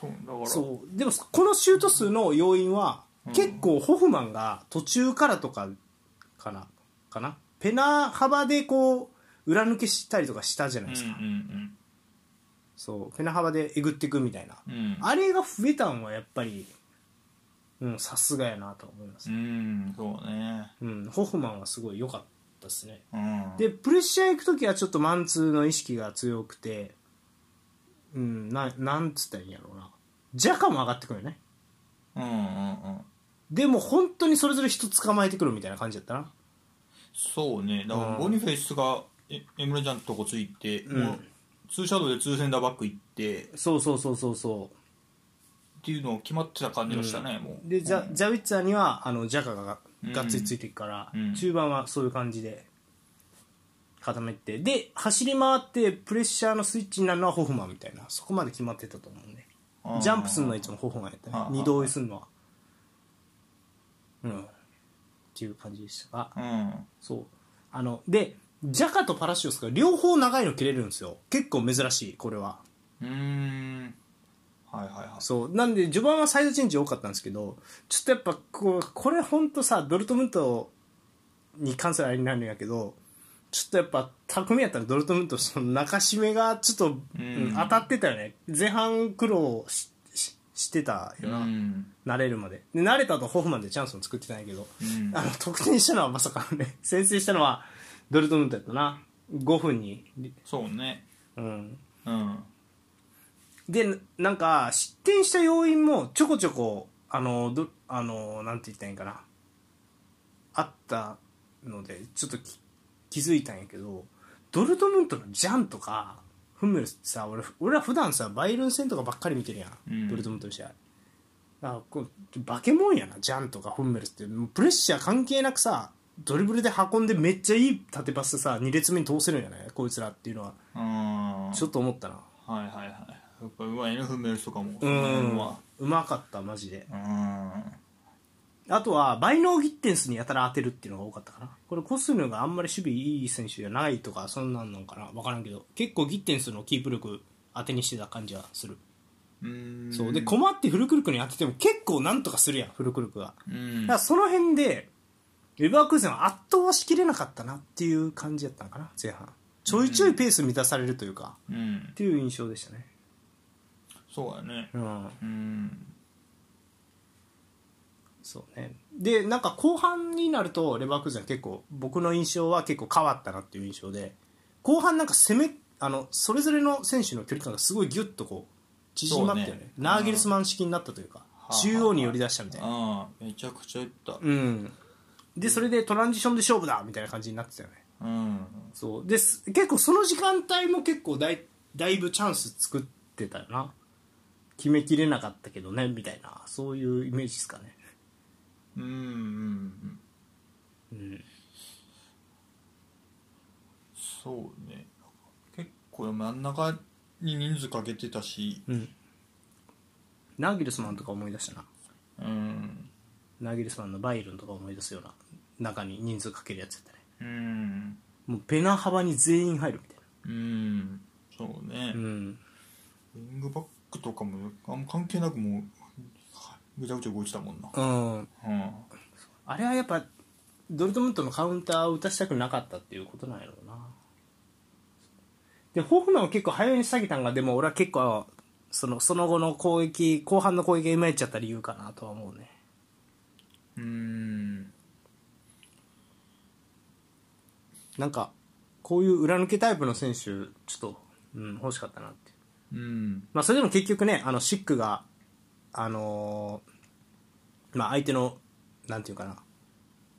そうだから
そうでもこのシュート数の要因は、
うん
結構ホフマンが途中からとかかなかなペナ幅でこう裏抜けしたりとかしたじゃないですか、
うん
そうペナ幅でえぐっていくみたいな
うんうん
あれが増えたんはやっぱり、うん、さすがやなと思いま
う
す。
んそうね
うん、ホフマンはすごい良かったですね。
うん
で、プレッシャー行くときはちょっとマンツーの意識が強くて、うん、ななんつったらいいんやろうな。ジャカも上がってくるよね。
うんうんうん
でも本当にそれぞれ人捕まえてくるみたいな感じだったな。
そうねだか
うん
らボニフェイスがエエムレジャンのとこついて、
うん
もうツーシャドウでツーセンダーバック行ってっ
そうそうそうそうそう。
ていうのを決まってた感じがしたね、もう
でジャ,、
うん
ジャウィッツァーにはあのジャカがが
うん
がっつりついていくから、
うん
中盤はそういう感じで固めてで走り回ってプレッシャーのスイッチになるのはホフマンみたいなそこまで決まってたと思うんで
あー
ジャンプするのはいつもホフマンやったね
あー
二度追いするのはうんっていう感じでしたが
うん
そうあのでジャカとパラシオスが両方長いの切れるんですよ結構珍しいこれは
うーんはいはいは
そうなんで序盤はサイドチェンジ多かったんですけどちょっとやっぱこうこれ本当さドルトムントに関するあれになるんやけどちょっとやっぱ巧みやったらドルトムントその中締めがちょっと、
ん
うん当たってたよね前半苦労しししてた
い
よな、
うん
慣れるまでで慣れたとホフマンでチャンスも作ってたんやけど、
うん
あの得点したのはまさかのね先制したのはドルトムントやったな5分に、
そうね
うん、
うん
でなんか失点した要因もちょこちょこあのどあのなんて言ったらいいんかなあったのでちょっとき気づいたんやけどドルトムントのジャンとかフンメルスってさ俺俺ら普段さバイエルン戦とかばっかり見てるやん、
うん
ドルトムントの試合あこうバケモンやなジャンとかフンメルスってもうプレッシャー関係なくさドリブルで運んでめっちゃいい縦パスさ2列目に通せるんやねこいつらっていうのは
あー
ちょっと思ったな
はいはいはいやっぱうまいねフンメルスとかも
うん
ま
うまかったマジで
あ
あとは倍能ギッテンスにやたら当てるっていうのが多かったかなこれコスヌがあんまり守備いい選手じゃないとかそんなんなんかな分からんけど結構ギッテンスのキープ力当てにしてた感じはする
うんん
そうで困ってフルクルクに当てても結構なんとかするやんフルクルクが、
うん
だからその辺でレバークーゼンは圧倒はしきれなかったなっていう感じやったのかな前半ちょいちょいペース満たされるというか、
うん
っていう印象でしたね
そうだね
うん
うん
そうねでなんか後半になるとレバークーゼン結構僕の印象は結構変わったなっていう印象で後半なんか攻めあのそれぞれの選手の距離感がすごいギュッとこう縮まったよね
そうね
ナーゲルスマン式になったというか
うん
中央に寄り出したみたいな
ああめちゃくちゃいった
うんでそれでトランジションで勝負だみたいな感じになってたよね
うん
そうです結構その時間帯も結構だいだいぶチャンス作ってたよな決めきれなかったけどねみたいなそういうイメージですかね
うんうん
うん
そうね結構真ん中に人数かけてたし
うんナーギルスマンとか思い出したな
うん
ナーギルスマンのバイルンとか思い出すような中に人数かけるやつやったね
うん
もうペナ幅に全員入るみたい
うんそうね、
なうん
ウィングバックとかもあんま関係なくもうぐちゃぐちゃ動いてたもんな
うん
うん
あれはやっぱドルトムントのカウンターを打たしたくなかったっていうことなんやろうなでホフマンは結構早めに下げたんがでも俺は結構そのその後の攻撃後半の攻撃がいまいちだった理由かなとは思うね
うーん
なんかこういう裏抜けタイプの選手ちょっと、うん、欲しかったなって
うん
まあそれでも結局ねあのシックがあのーまあ相手のなんていうかな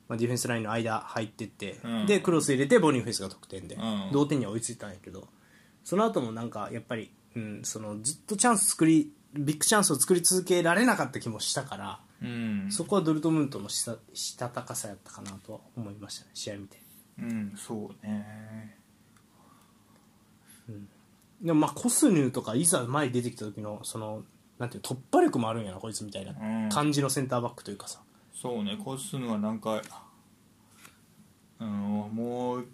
まあ、ディフェンスラインの間入ってって、
うん
でクロス入れてボニーフェイスが得点で、
うん
同点には追いついたんやけどその後もなんかやっぱり、うん、そのずっとチャンス作りビッグチャンスを作り続けられなかった気もしたから、
うん
そこはドルトムントのしたしたたかさやったかなとは思いましたね試合見て
うんそうね
でもまあコスヌーとかいざ前に出てきた時のそのなんていう突破力もあるんやなこいつみたいな
うん
感じのセンターバックというかさ、
そうねこうするのはなんかうんもう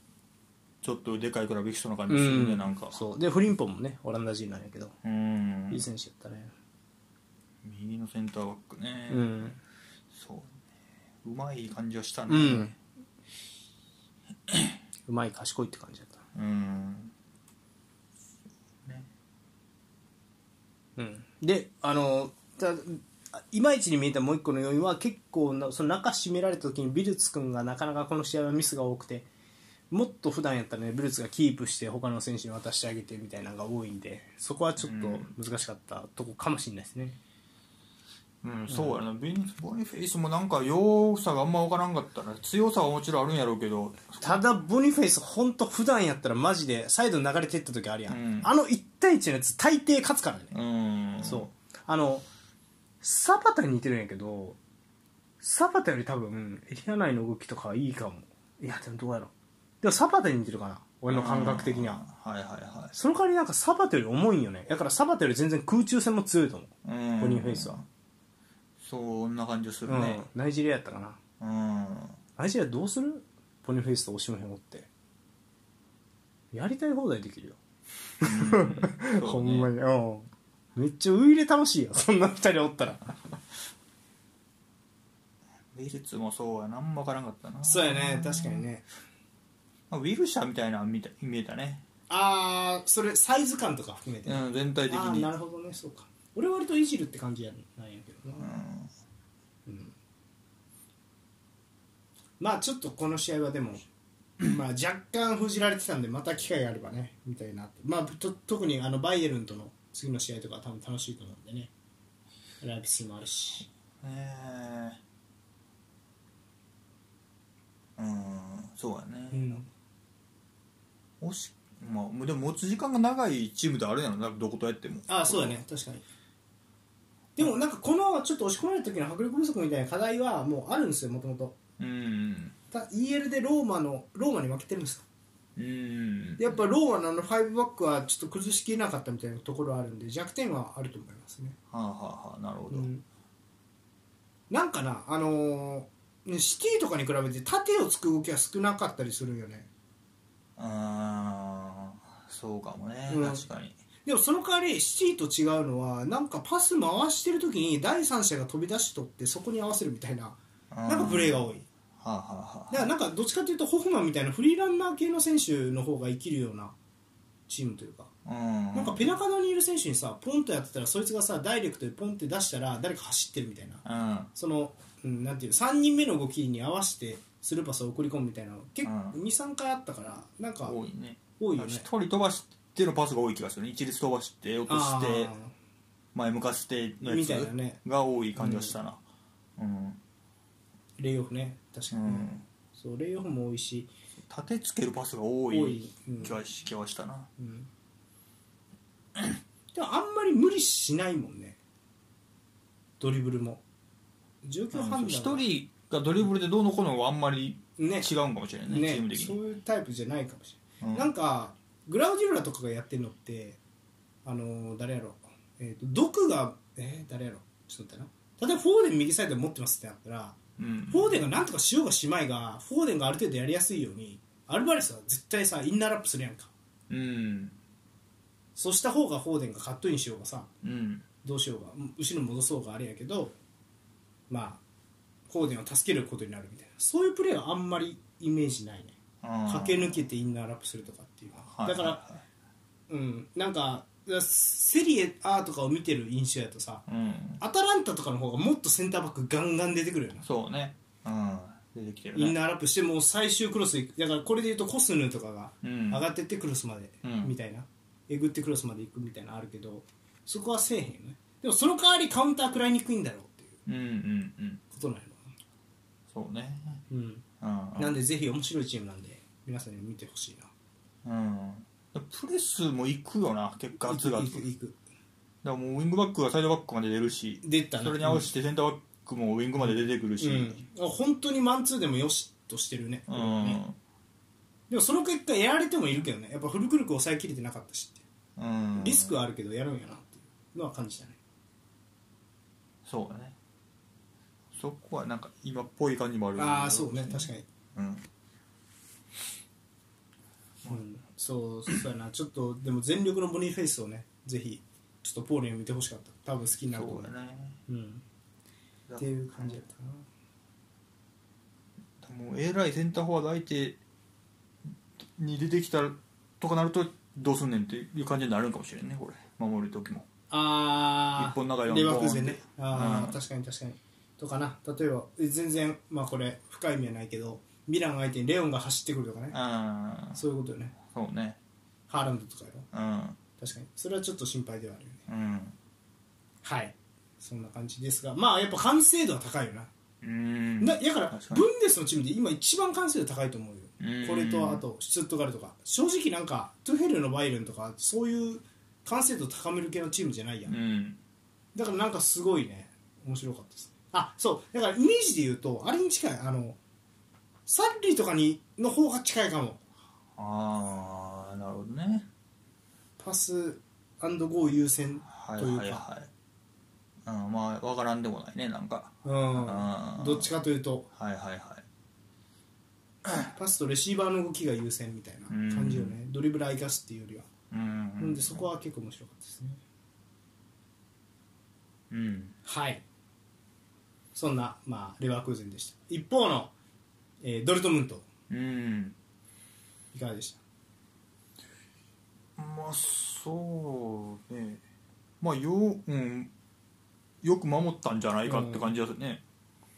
ちょっとでかいからビクションな感じするね、なんか
そうでフリンポンもねオランダ人なんやけど、
うん
いい選手やったね
右のセンターバックね、
うん
そうねうまい感じはした
う
ね (laughs)
んうまい賢いって感じだった
うん
うん、であのたいまいちに見えたもう一個の要因は結構なその中締められた時にビルツ君がなかなかこの試合はミスが多くてもっと普段やったらねビルツがキープして他の選手に渡してあげてみたいなのが多いんでそこはちょっと難しかったとこかもしれないですね。
うん、そうやな、ビンボニフェイスもなんか良さがあんま分からんかったな強さはもちろんあるんやろうけど
ただボニフェイス本当普段やったらマジでサイドに流れてった時あるやん、
うん
あの1対1のやつ大抵勝つからね、
うん
そうあのサパタに似てるんやけどサパタより多分エリア内の動きとかいいかもいやでもどうやろうでもサパタに似てるかな俺の感覚的には
うんはいはいはい
その代わりなんかサパタより重いんよねだからサパタより全然空中戦も強いと思
ボ
うボニーフェイスは、
そんな感じす
う
る
ん
ね
ナイジェリアやったかな
うん、
ナイジェリアどうするボニーフェイスとオシムヘンおってやりたい放題できるよ
そうね
ほんまにうんめっちゃウイイレ楽しいよそんな2人おったら
ウィルツもそうやなんも分からんかったな
そうやね確かにね
まあウィルシャーみたいなの見た見えたね、
ああそれサイズ感とか含めてね、
うん、全体的
ああ
に
なるほどねそうか俺割といじるって感じやなんやけどな、まあちょっとこの試合はで
(clears throat)
もまあ若干封じられてたんでまた機会があればねみたいなってまあと特にあのバイエルンとの次の試合とかは多分楽しいと思うんでねライプスもあるし
うんえーうんそうやね、
うん
惜しまあ、でも持つ時間が長いチームであるやろなどことやっても
あそうだね確かにでもなんかこのちょっと押し込まれた時の迫力不足みたいな課題はもうあるんですよもともと
うん
た EL でローマのローマに負けてるんですよ
うん
やっぱローマのあの5バックはちょっと崩しきれなかったみたいなところはあるんで弱点はあると思いますね、
はあはあはあなるほど、
うんなんかなあのーねシティとかに比べて縦を突く動きは少なかったりするよね
ああそうかもね、
うん
確かに
でもその代わりシティと違うのはなんかパス回してる時に第三者が飛び出しとってそこに合わせるみたいな
な
なんかプレーが
は
多い
あ、はあ
だか
は
らなんかどっちかというとホフマンみたいなフリーランナー系の選手の方が生きるようなチームというか
あ、うん、
なんかペナカドにいる選手にさポンとやってたらそいつがさダイレクトでポンって出したら誰か走ってるみたいな
うん
その、うん、なんていう3人目の動きに合わせてスルーパスを送り込むみたいなの結構
う
23回あったからなんか
多いね
多いよね
一人飛ばしてのパスが多い気がするね一律飛ばして落とし
あ
て前向かせて
ー
のや
みたいな
つ
ね
が多い感じがしたなうん、
レイオフね確
う
かにね、
ん、
そうレイオフも多いし
立てつけるパスが多
多
い
いうん
気がし気はしたな
うん、 (coughs) でもあんまり無理しないもんねドリブルも状況判断は
一人がドリブルでどうのこうのはあんまり
ね
違うんかもしれないねチーム
ね
的
そう
に
いうタイプじゃないかもしれ
う
ない、
ん
なんかグラウディロラとかがやってるのってあのー誰やろえー、と毒がえー誰やろちょっと待ってな例えばフォーデン右サイドで持ってますってなったら
うん
フォーデンがなんとかしようがしまいがフォーデンがある程度やりやすいようにアルバレスは絶対さインナーラップするやんか
うん
そうした方がフォーデンがカットインしようがさ
うん
どうしようがうん後ろに戻そうがあれやけどまあフォーデンを助けることになるみたいなそういうプレーはあんまりイメージないね駆け抜けてインナーラップするとかっていうのは、
はい
だから、
は
うんなんかセリエ A とかを見てる印象やとさ
いはいうん
アタランタとかの方がもっとセンターバックガンガン出てくるよな
そうねうん出てきてるね
インナーラップしてもう最終クロス行くだからこれでいうとコスヌとかが
うん
上がってってクロスまで、
うん
みたいなえぐってクロスまで行くみたいなのあるけどそこはせえへんよねでもその代わりカウンター食らいにくいんだろうっていう
うんうんうん
ことなんや
そうね
ろな、うん
うん
なんでぜひ面白いチームなんで皆さんにも見てほしいな
うんプレスも行くよな結果ガツガツ
行く行く行く
だからもうウィングバックがサイドバックまで出るし
出たな
それに合わせてセンターバックもウィングまで出てくるし、
うん、本当にマンツーでもよしとしてるね,、
うん
でもその結果やられてもいるけどねやっぱフルクルク抑えきれてなかったしっていう
うん
リスクはあるけどやるんやなっていうのは感じたね
そうだねそこはなんか今っぽい感じもあるよ
ああそうね確かに、
うん
うん、そうそうやなちょっとでも全力のボニーフェイスをねぜひちょっとポールに見てほしかった多分好きになると
そ
思
う
う
だね
うん、っていう感じだったな
もうえらいセンターフォワード相手に出てきたとかなるとどうすんねんっていう感じになるんかもしれんねこれ守る時も
ああ
一本中四本
レバクーゼンねああ、
うん
確かに確かにとかな例えばえ全然まあこれ深い意味はないけどミラン相手にレオンが走ってくるとかね
うん
そういうことよね
そうね
ハーランドとかよ
うん
確かにそれはちょっと心配ではあるよね
うん
はいそんな感じですがまあやっぱ完成度は高いよな、
うん
なやから
確かに
ブンデスのチームで今一番完成度高いと思うよ
うん
これとあとシュツットガルとか正直なんかトゥヘルのバイエルンとかそういう完成度高める系のチームじゃないやん
うん
だからなんかすごいね面白かったですねあそうだからイメージで言うとあれに近いあのサッリーとかにの方が近いかも
ああなるほどね
パスゴー優先
はい
というか、
はいはいうんまあわからんでもないねなんか
うん、どっちかというと
はいはいはい
パスとレシーバーの動きが優先みたいな感じよね、ドリブルー生かすっていうよりは、
うん
なんでそこは結構面白かったですね
うん
はいそんな、まあ、レバークーゼンでした一方の、えードルトムント
うん
いかがでした
まあそうねまあよ,、うん、よく守ったんじゃないかって感じだね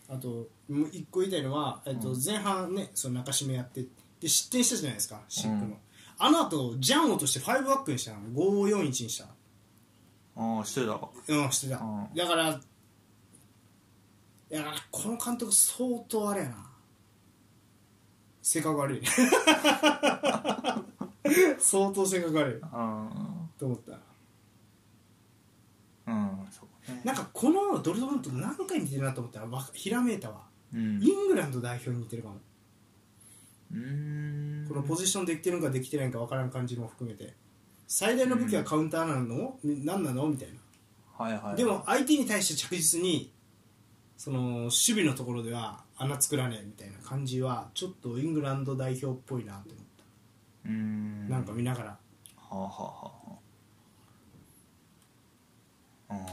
あともう一個言いたいのは、えっと、前半ねその中締めやってで失点したじゃないですかシックの、
うん
あの後ジャンを落として5バックにしたの541にした
ああしてたわ
うんしてた、
うん
だからいやこの監督相
(laughs)
当あれやな性格悪いね相当時間かかるよ
あ
と思った
ーうんそうね
なんかこのドルトムント何回似てるなと思ったらわひらめいたわ
うん
イングランド代表に似てるかも
うーん
このポジションできてるのかできてないのか分からん感じも含めて最大の武器はカウンターなの何なのみたいな
はいはいはい
でも相手に対して着実にその守備のところでは穴作らねえみたいな感じはちょっとイングランド代表っぽいなと思っ
うーん
たなんか見ながら
はあはあはあ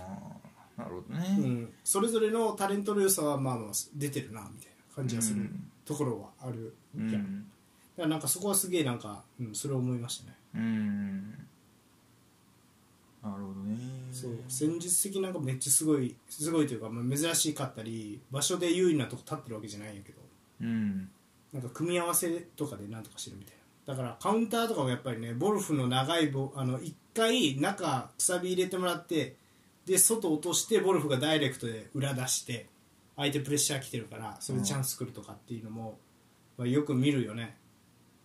あーなるほどね、
うん、それぞれのタレントの良さはまあまあ出てるなみたいな感じがす
う
る
ん
ところはある
う
じゃん、だから
ん
なんかそこはすげえなんか、うん、それを思いましたね、
うんなるほどね
そう戦術的なんかめっちゃすごいすごいというか、まあ、珍しかったり場所で有利なとこ立ってるわけじゃないんやけど
うん
なんか組み合わせとかでなんとかしてるみたいなだからカウンターとかもやっぱりねボルフの長いボあの1回中くさび入れてもらってで外落としてボルフがダイレクトで裏出して相手プレッシャー来てるからそれでチャンス来るとかっていうのも、まあ、よく見るよね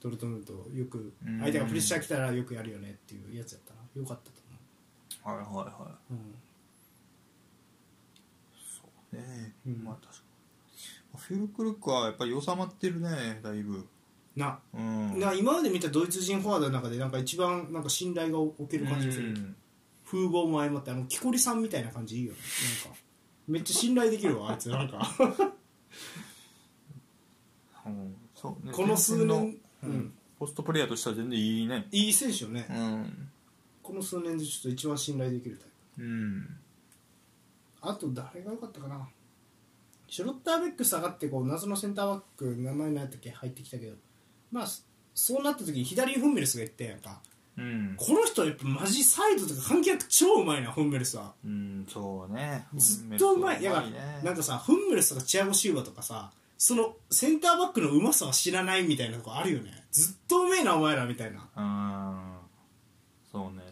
ドルトムントよく
うん
相手がプレッシャー来たらよくやるよねっていうやつやったなよかったと
はいはいは
思う、うん
いね
うん
まあ確かにフィル・クルックはやっぱり収まってるねだいぶ
な
うん
な今まで見たドイツ人フォワードの中でなんか一番なんか信頼が置ける感じがする、
うん
風貌も相まってあの木こりさんみたいな感じいいよねなんかめっちゃ信頼できる (laughs) わあいつなんか
うんそうね
この数
前線
年、う
の、うん
ん、
ポストプレイヤーとしては全然いいね
いい選手よね、
うん
この数年でちょっと一番信頼できるタイ
うん
プあと誰が良かったかなシュロッターベック下がってこう謎のセンターバック名前何やったっけ入ってきたけどまあそそうなった時に左にフンメルスがいってやんか
うん、
この人やっぱマジサイドとか観客超うまいなフンメルスは
うん、そうね
ずっとうまい
や
や
ば
が
いね
なんかさフンムレスとかチアゴシウバとかさそのセンターバックのうまさは知らないみたいなとこあるよねずっとうめえなお前らみたいな
うんそうね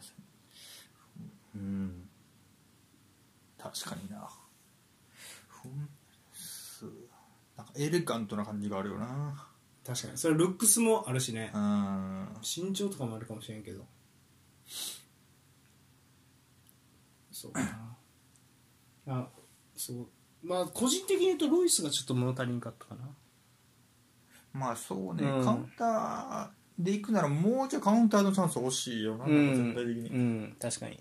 うん確かになふんすなんかエレガントな感じがあるよな
確かにそれルックスもあるしね
うん
身長とかもあるかもしれんけどそうかなあそうまあ個人的に言うとロイスがちょっと物足りんかったかな
まあそうね、
うん
カウンターで行くならもうちょいカウンターのチャンス欲しいよな、全体的に、
うん、確かに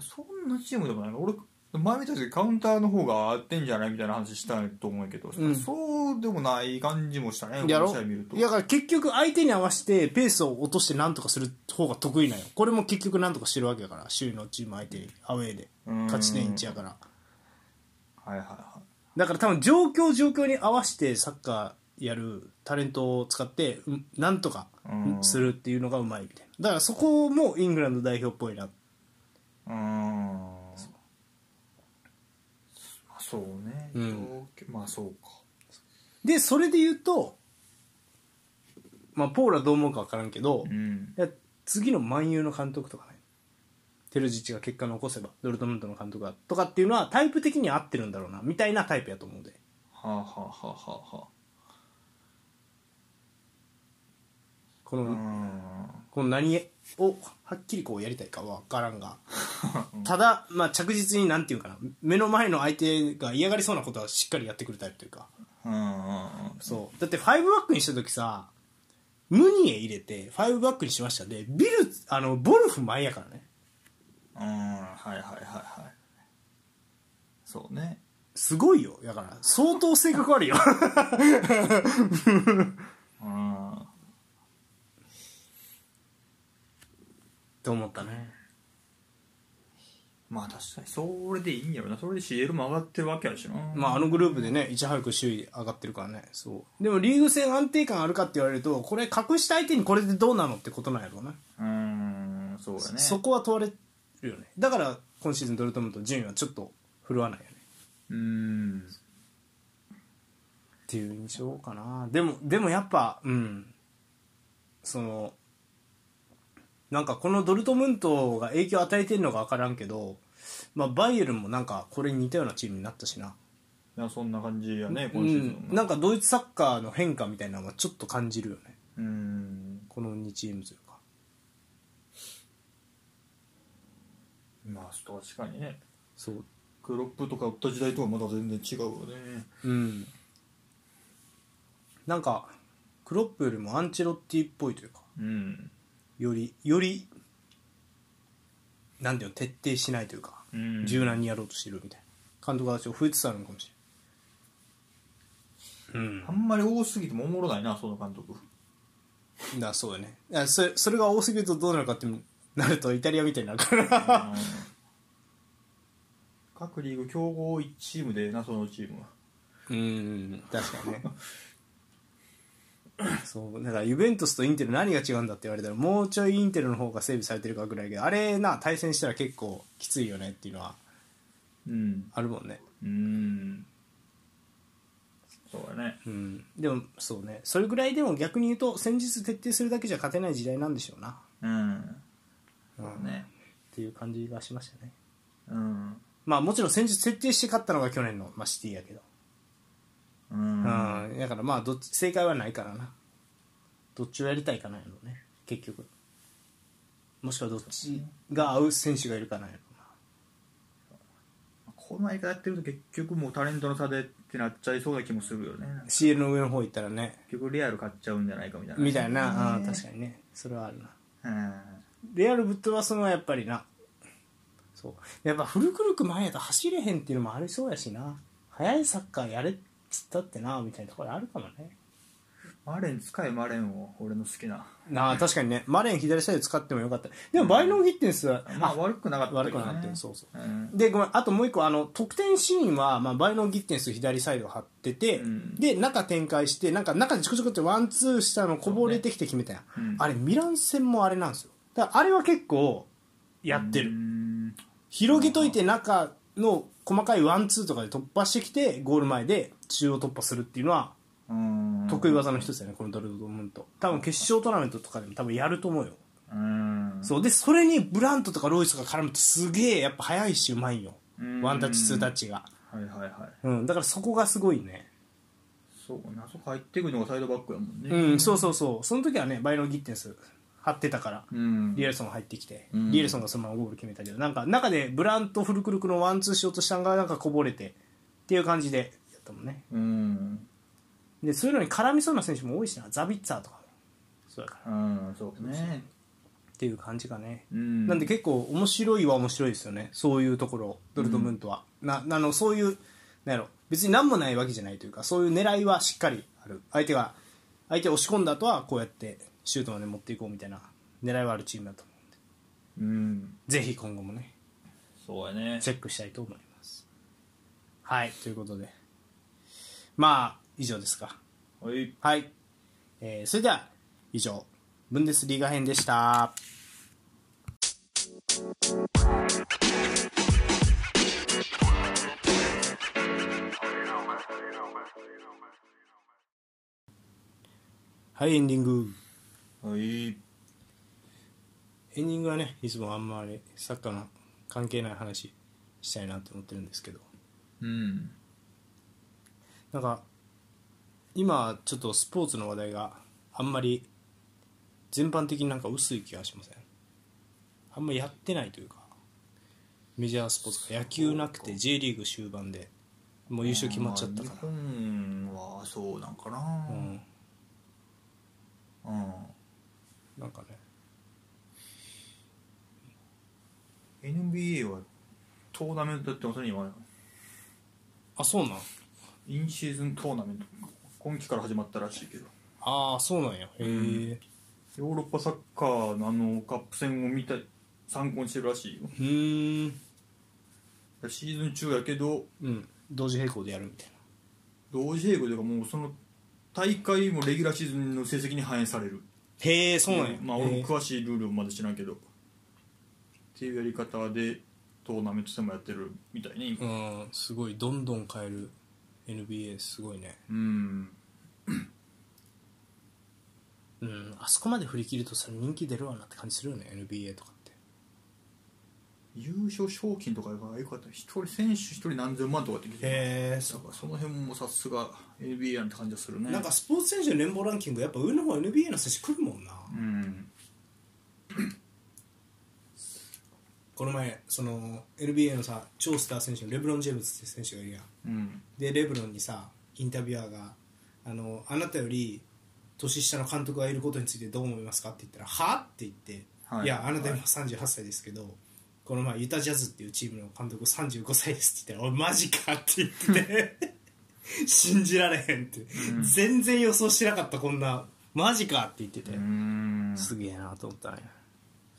そんなチームでもないな俺前見た時カウンターの方が合ってんじゃないみたいな話したと思うけど、
うん
そうでもない感じもしたね
やろ
この試合見ると
いやだから結局相手に合わせてペースを落として何とかする方が得意なんよこれも結局何とかしてるわけだから周囲のチーム相手にアウェーで
うん
勝ち点1やから
はいはいはい
だから多分状況状況に合わせてサッカーやるタレントを使ってうんなんとか
うん
するっていうのがうまいみたいなだからそこもイングランド代表っぽいな
うーんまあそうね、
うん
同居まあそうか
でそれで言うとまあポーラどう思うか分からんけど、
うん
いや次の万有の監督とかねテルジッチが結果残せばドルトムントの監督がとかっていうのはタイプ的に合ってるんだろうなみたいなタイプやと思うんで
はあはあはあはあは
この,、
あうーん
この何をはっきりこうやりたいかわからんがただ、まあ、着実になんていうかな目の前の相手が嫌がりそうなことはしっかりやってくるタイプというか
うんうんうん
そうだって5バックにした時さムニエ入れて5バックにしましたでビルあのボルフ前やからね
うんはいはいはいはいそうね
すごいよだから相当性格悪いよ
うん
と思ったね
まあ確かにそれでいいんやろなそれで CL も上がってるわけやしな
まあ、あのグループでねいち早く首位上がってるからねそうでもリーグ戦安定感あるかって言われるとこれ隠した相手にこれでどうなのってことなんやろうな、
うーんそうだね
そこは問われるよねだから今シーズンドルトムントの順位はちょっと振るわないよね
うーん
っていう印象かなでもでもやっぱうんそのなんかこのドルトムントが影響を与えてるのか分からんけど、まあ、バイエルンもなんかこれに似たようなチームになったしな
やそんな感じやね、
う
今シーズン
ん、なんかドイツサッカーの変化みたいなのはちょっと感じるよね
うん
この2チームというか
まあ確かにね
そう
クロップとか打った時代とはまだ全然違うよね
うんなんかクロップよりもアンチェロッティっぽいというか
うん
よりよりなんていうの徹底しないというか、
うん
柔軟にやろうとしてるみたいな監督が増えつつあるのかもしれないうん
あんまり多すぎてもおもろないなその
(laughs)
監督
だからそうだねいやそれそれが多すぎるとどうなるかってなるとイタリアみたいになるから
各リーグ強豪1チームでなそのチームは
うん確かにね (laughs) そうだからユベントスとインテル何が違うんだって言われたらもうちょいインテルの方が整備されてるかぐらいであれな対戦したら結構きついよねっていうのは
うん
あるもんね
うんそうだね
うんでもそうねそれぐらいでも逆に言うと戦術徹底するだけじゃ勝てない時代なんでしょうな
うん
う
そ
ん
うね
っていう感じがしましたね
うん
まあもちろん戦術徹底して勝ったのが去年の、まあ、シティやけど
う
うんんだからまあどっち正解はないからなどっちをやりたいかなんやろうね結局もしくはどっちが合う選手がいるかなんやろうな
このやり方やってると結局もうタレントの差でってなっちゃいそうな気もするよね
CL の上の方行ったらね
結局レアル買っちゃうんじゃないかみたいな
みたいな、うん、
ね
確かにねそれはあるな
うん
レアルぶっ飛ばすのはやっぱりなそうやっぱフルクルク前やと走れへんっていうのもありそうやしな速いサッカーやれっつったってなみたいなところあるかもね
マレン使えマレンを俺の好
(laughs)
きな
なあ確かにねマレン左サイド使ってもよかったでも倍能切ってんすよ、
まあ悪くなかった
悪くなかったよそうそう
うん
でごめんあともう一個あの得点シーンは、まあ、バイノン・ギッテンス左サイドを張ってて、
うん
で中展開してなんか中でチクチクってワンツーしたのこぼれてきて決めたやん、
そうねうん
あれミラン戦もあれなんですよだからあれは結構やってる、
うん
広げといて中の細かいワンツーとかで突破してきてゴール前で中央突破するっていうのは
うん
得意技の一つだよねこのドルトムント多分決勝トーナメントとかでも多分やると思うよ
うん
そうでそれにブラントとかロイスが絡むとすげえやっぱ速いしうまいよ
うん
ワンタッチツータッチが
はいはいはい
うん、だからそこがすごいね。
そうなそこ入ってくるのがサイドバックやもんね
うん、そうそうそう。その時はね、バイロン・ギッテンス張ってたから、
うん
リエルソン入ってきて、
うん
リエルソンがそのままゴール決めたけど、なんか中でブラント・フルクルクのワンツーしようとしたんが、なんかこぼれて、っていう感じでやったもんね。
うん
で、そういうのに絡みそうな選手も多いしな、ザビッツァーとかも。そうやから。
うんそうね
っていう感じかね。
うん
なんで結構面白いは面白いですよね。そういうところ、ドルトムントは。な、あの、そういう、なんやろ、別に何もないわけじゃないというか、そういう狙いはしっかりある。相手が、相手を押し込んだ後は、こうやってシュートまで持っていこうみたいな、狙いはあるチームだと思うんで。
うん
ぜひ今後もね、
そうやね
チェックしたいと思います。はい、ということで。まあ、以上ですか。
はい
はい。えーそれでは、以上、ブンデスリーガ編でした。はい、エンディング。
はい
エンディングはね、いつもあんまりサッカーの関係ない話したいなって思ってるんですけど、
うん
なんか、今、ちょっとスポーツの話題があんまり全般的になんか薄い気がしません。あんまやってないというか、メジャースポーツが野球なくて J リーグ終盤でもう優勝決まっちゃったから。
まあ日本はそうなんかな
うん、
うん
なんかね。
NBA はトーナメントやってますね今
あ、そうなん
インシーズントーナメント今季から始まったらしいけど
ああ、そうなんや。へえ。
ヨーロッパサッカーのあのカップ戦を見た参考にしてるらしいよ
うーん。
シーズン中やけど
うん。同時並行でやるみたいな。
同時並行というかもうその大会もレギュラーシーズンの成績に反映される
へえ、そうなんや。
まあ
へ
俺
え
も詳しいルールをまだ知らんけどっていうやり方でトーナメント戦もやってるみたいね今
うん、すごい、どんどん変える NBA、すごいね。
うん
うん、あそこまで振り切るとそれ人気出るわなって感じするよね NBA とかって
優勝賞金とかが良かった一人選手一人何千万とかって聞いて
へえ
だからその辺もさすが NBA なんて感じがするね
なんかスポーツ選手の年俸ランキングやっぱ上の方 NBA の選手来るもんな、
うん
この前その NBA のさ超スター選手のレブロン・ジェームズって選手がいるやん
うん
でレブロンにさインタビュアーがあの「あなたより年下の監督がいることについてどう思いますか?」って言ったら「は?」って言って「
はい
い、やあなた今
はい
38歳ですけど、この前ユタジャズっていうチームの監督35歳です」って言ったら「おいマジか」って言って
(laughs)
信じられへんって、
うん
全然予想してなかったこんな「マジか」って言ってて、
うん
すげえなと思ったね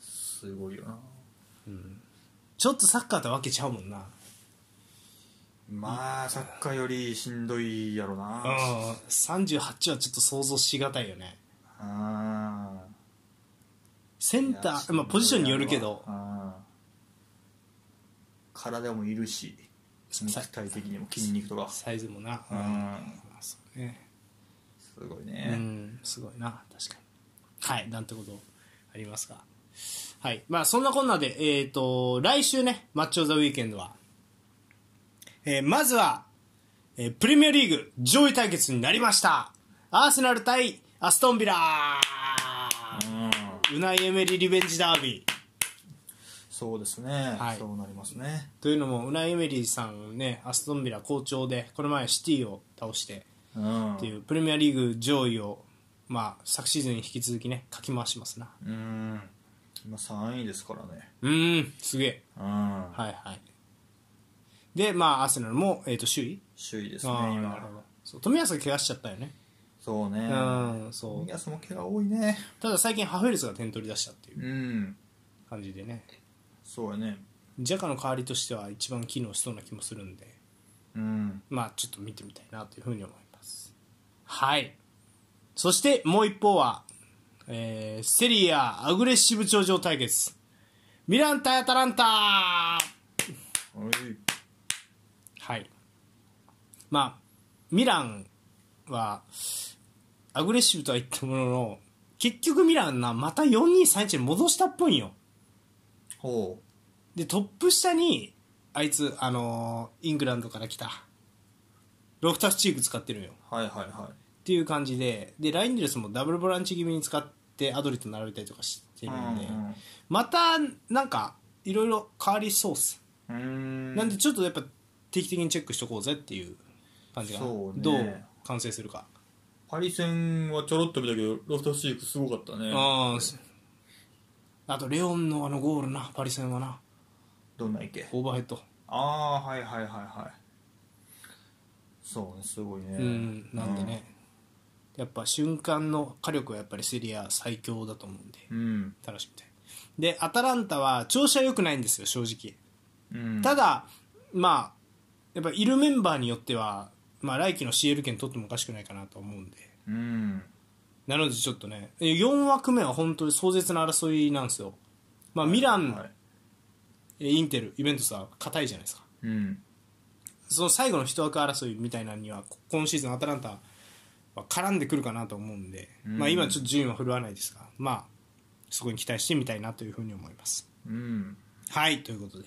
すごいよな
ちょっとサッカーとは分けちゃうもんな
まあサッカーよりしんどいやろな
うん38はちょっと想像しがたいよね
あ
センター、まあ、ポジションによるけど
体もいるし肉体的にも筋肉とか
サイズもな、
うん
まあそうね
すごいうね
んすごいな確かにはいなんてことありますかはいまあそんなこんなでえっ、と来週ねマッチョ・ザ・ウィーケンドは、えーまずは、えープレミアリーグ上位対決になりましたアーセナル対アストンビラ
うん
ウナイエメリリベンジダービー
そうですね
はい
そうなりますね
というのもウナイエメリさんねアストンビラ好調でこの前シティを倒して
うん
っていうプレミアリーグ上位をまあ昨シーズンに引き続きねかき回しますな
うん今3位ですからね
うーんすげえ
うん
はいはいでまあアーセナルも、えー、と首位
首位ですね
あーなるほ
今
どそう富安が怪我しちゃったよね
そうね
うんそう
冨安も怪我多いね
ただ最近ハフェルスが点取り出したっていう
うん
感じでね
そうやね
ジャカの代わりとしては一番機能しそうな気もするんで
うん
まあちょっと見てみたいなというふうに思いますはいそしてもう一方は、えーセリアアグレッシブ頂上対決ミラン対アタランタ
はい
はい。まあ、ミランは、アグレッシブとは言ったものの、結局ミランな、また4-2-3-1に戻したっぽいんよ。
ほ
で、トップ下に、あいつ、あのーイングランドから来た、ロフタスチーク使ってるんよ。っ
うはいはいは
ていう感じで、で、ラインデルスもダブルボランチ気味に使って、アドリと並べたりとかして
い
るんで、
うん
また、なんか、いろいろ変わりそうっす。
うん
なんでちょっとやっぱ定期的にチェックしとこうぜっていう感じが、
そうね
どう完成するか、
パリ戦はちょろっと見たけどロフトシークすごかったね
あーあとレオンのあのゴールなパリ戦はな
どんなんやっけ
オーバーヘッド
ああはいはいはいはいそうねすごいね
うんなんでね、やっぱ瞬間の火力はやっぱりセリア最強だと思うんで
うん
楽しみたいでアタランタは調子は良くないんですよ正直
うん
ただまあやっぱいるメンバーによっては、まあ、来季の CL 権取ってもおかしくないかなと思うんで
うん
なのでちょっとねえ4枠目は本当に壮絶な争いなんですよ、まあ、ミラン、
はい
えインテルイベントスは硬いじゃないですか
うん
その最後の一枠争いみたいなのにはこ今シーズンアタランタは絡んでくるかなと思うんで、
ん
まあ、今ちょっと順位は振るわないですが、まあ、そこに期待してみたいなというふうに思います
うん
はいということで、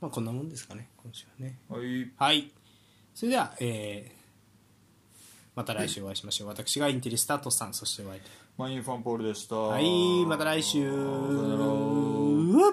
まあ、こんなもんですかね今週はね
はい
はいそれでは、えーまた来週お会いしましょう私がインテリスタートさんそしてお相手
マインファンポールでした
はいまた来週
さよなら
うわっ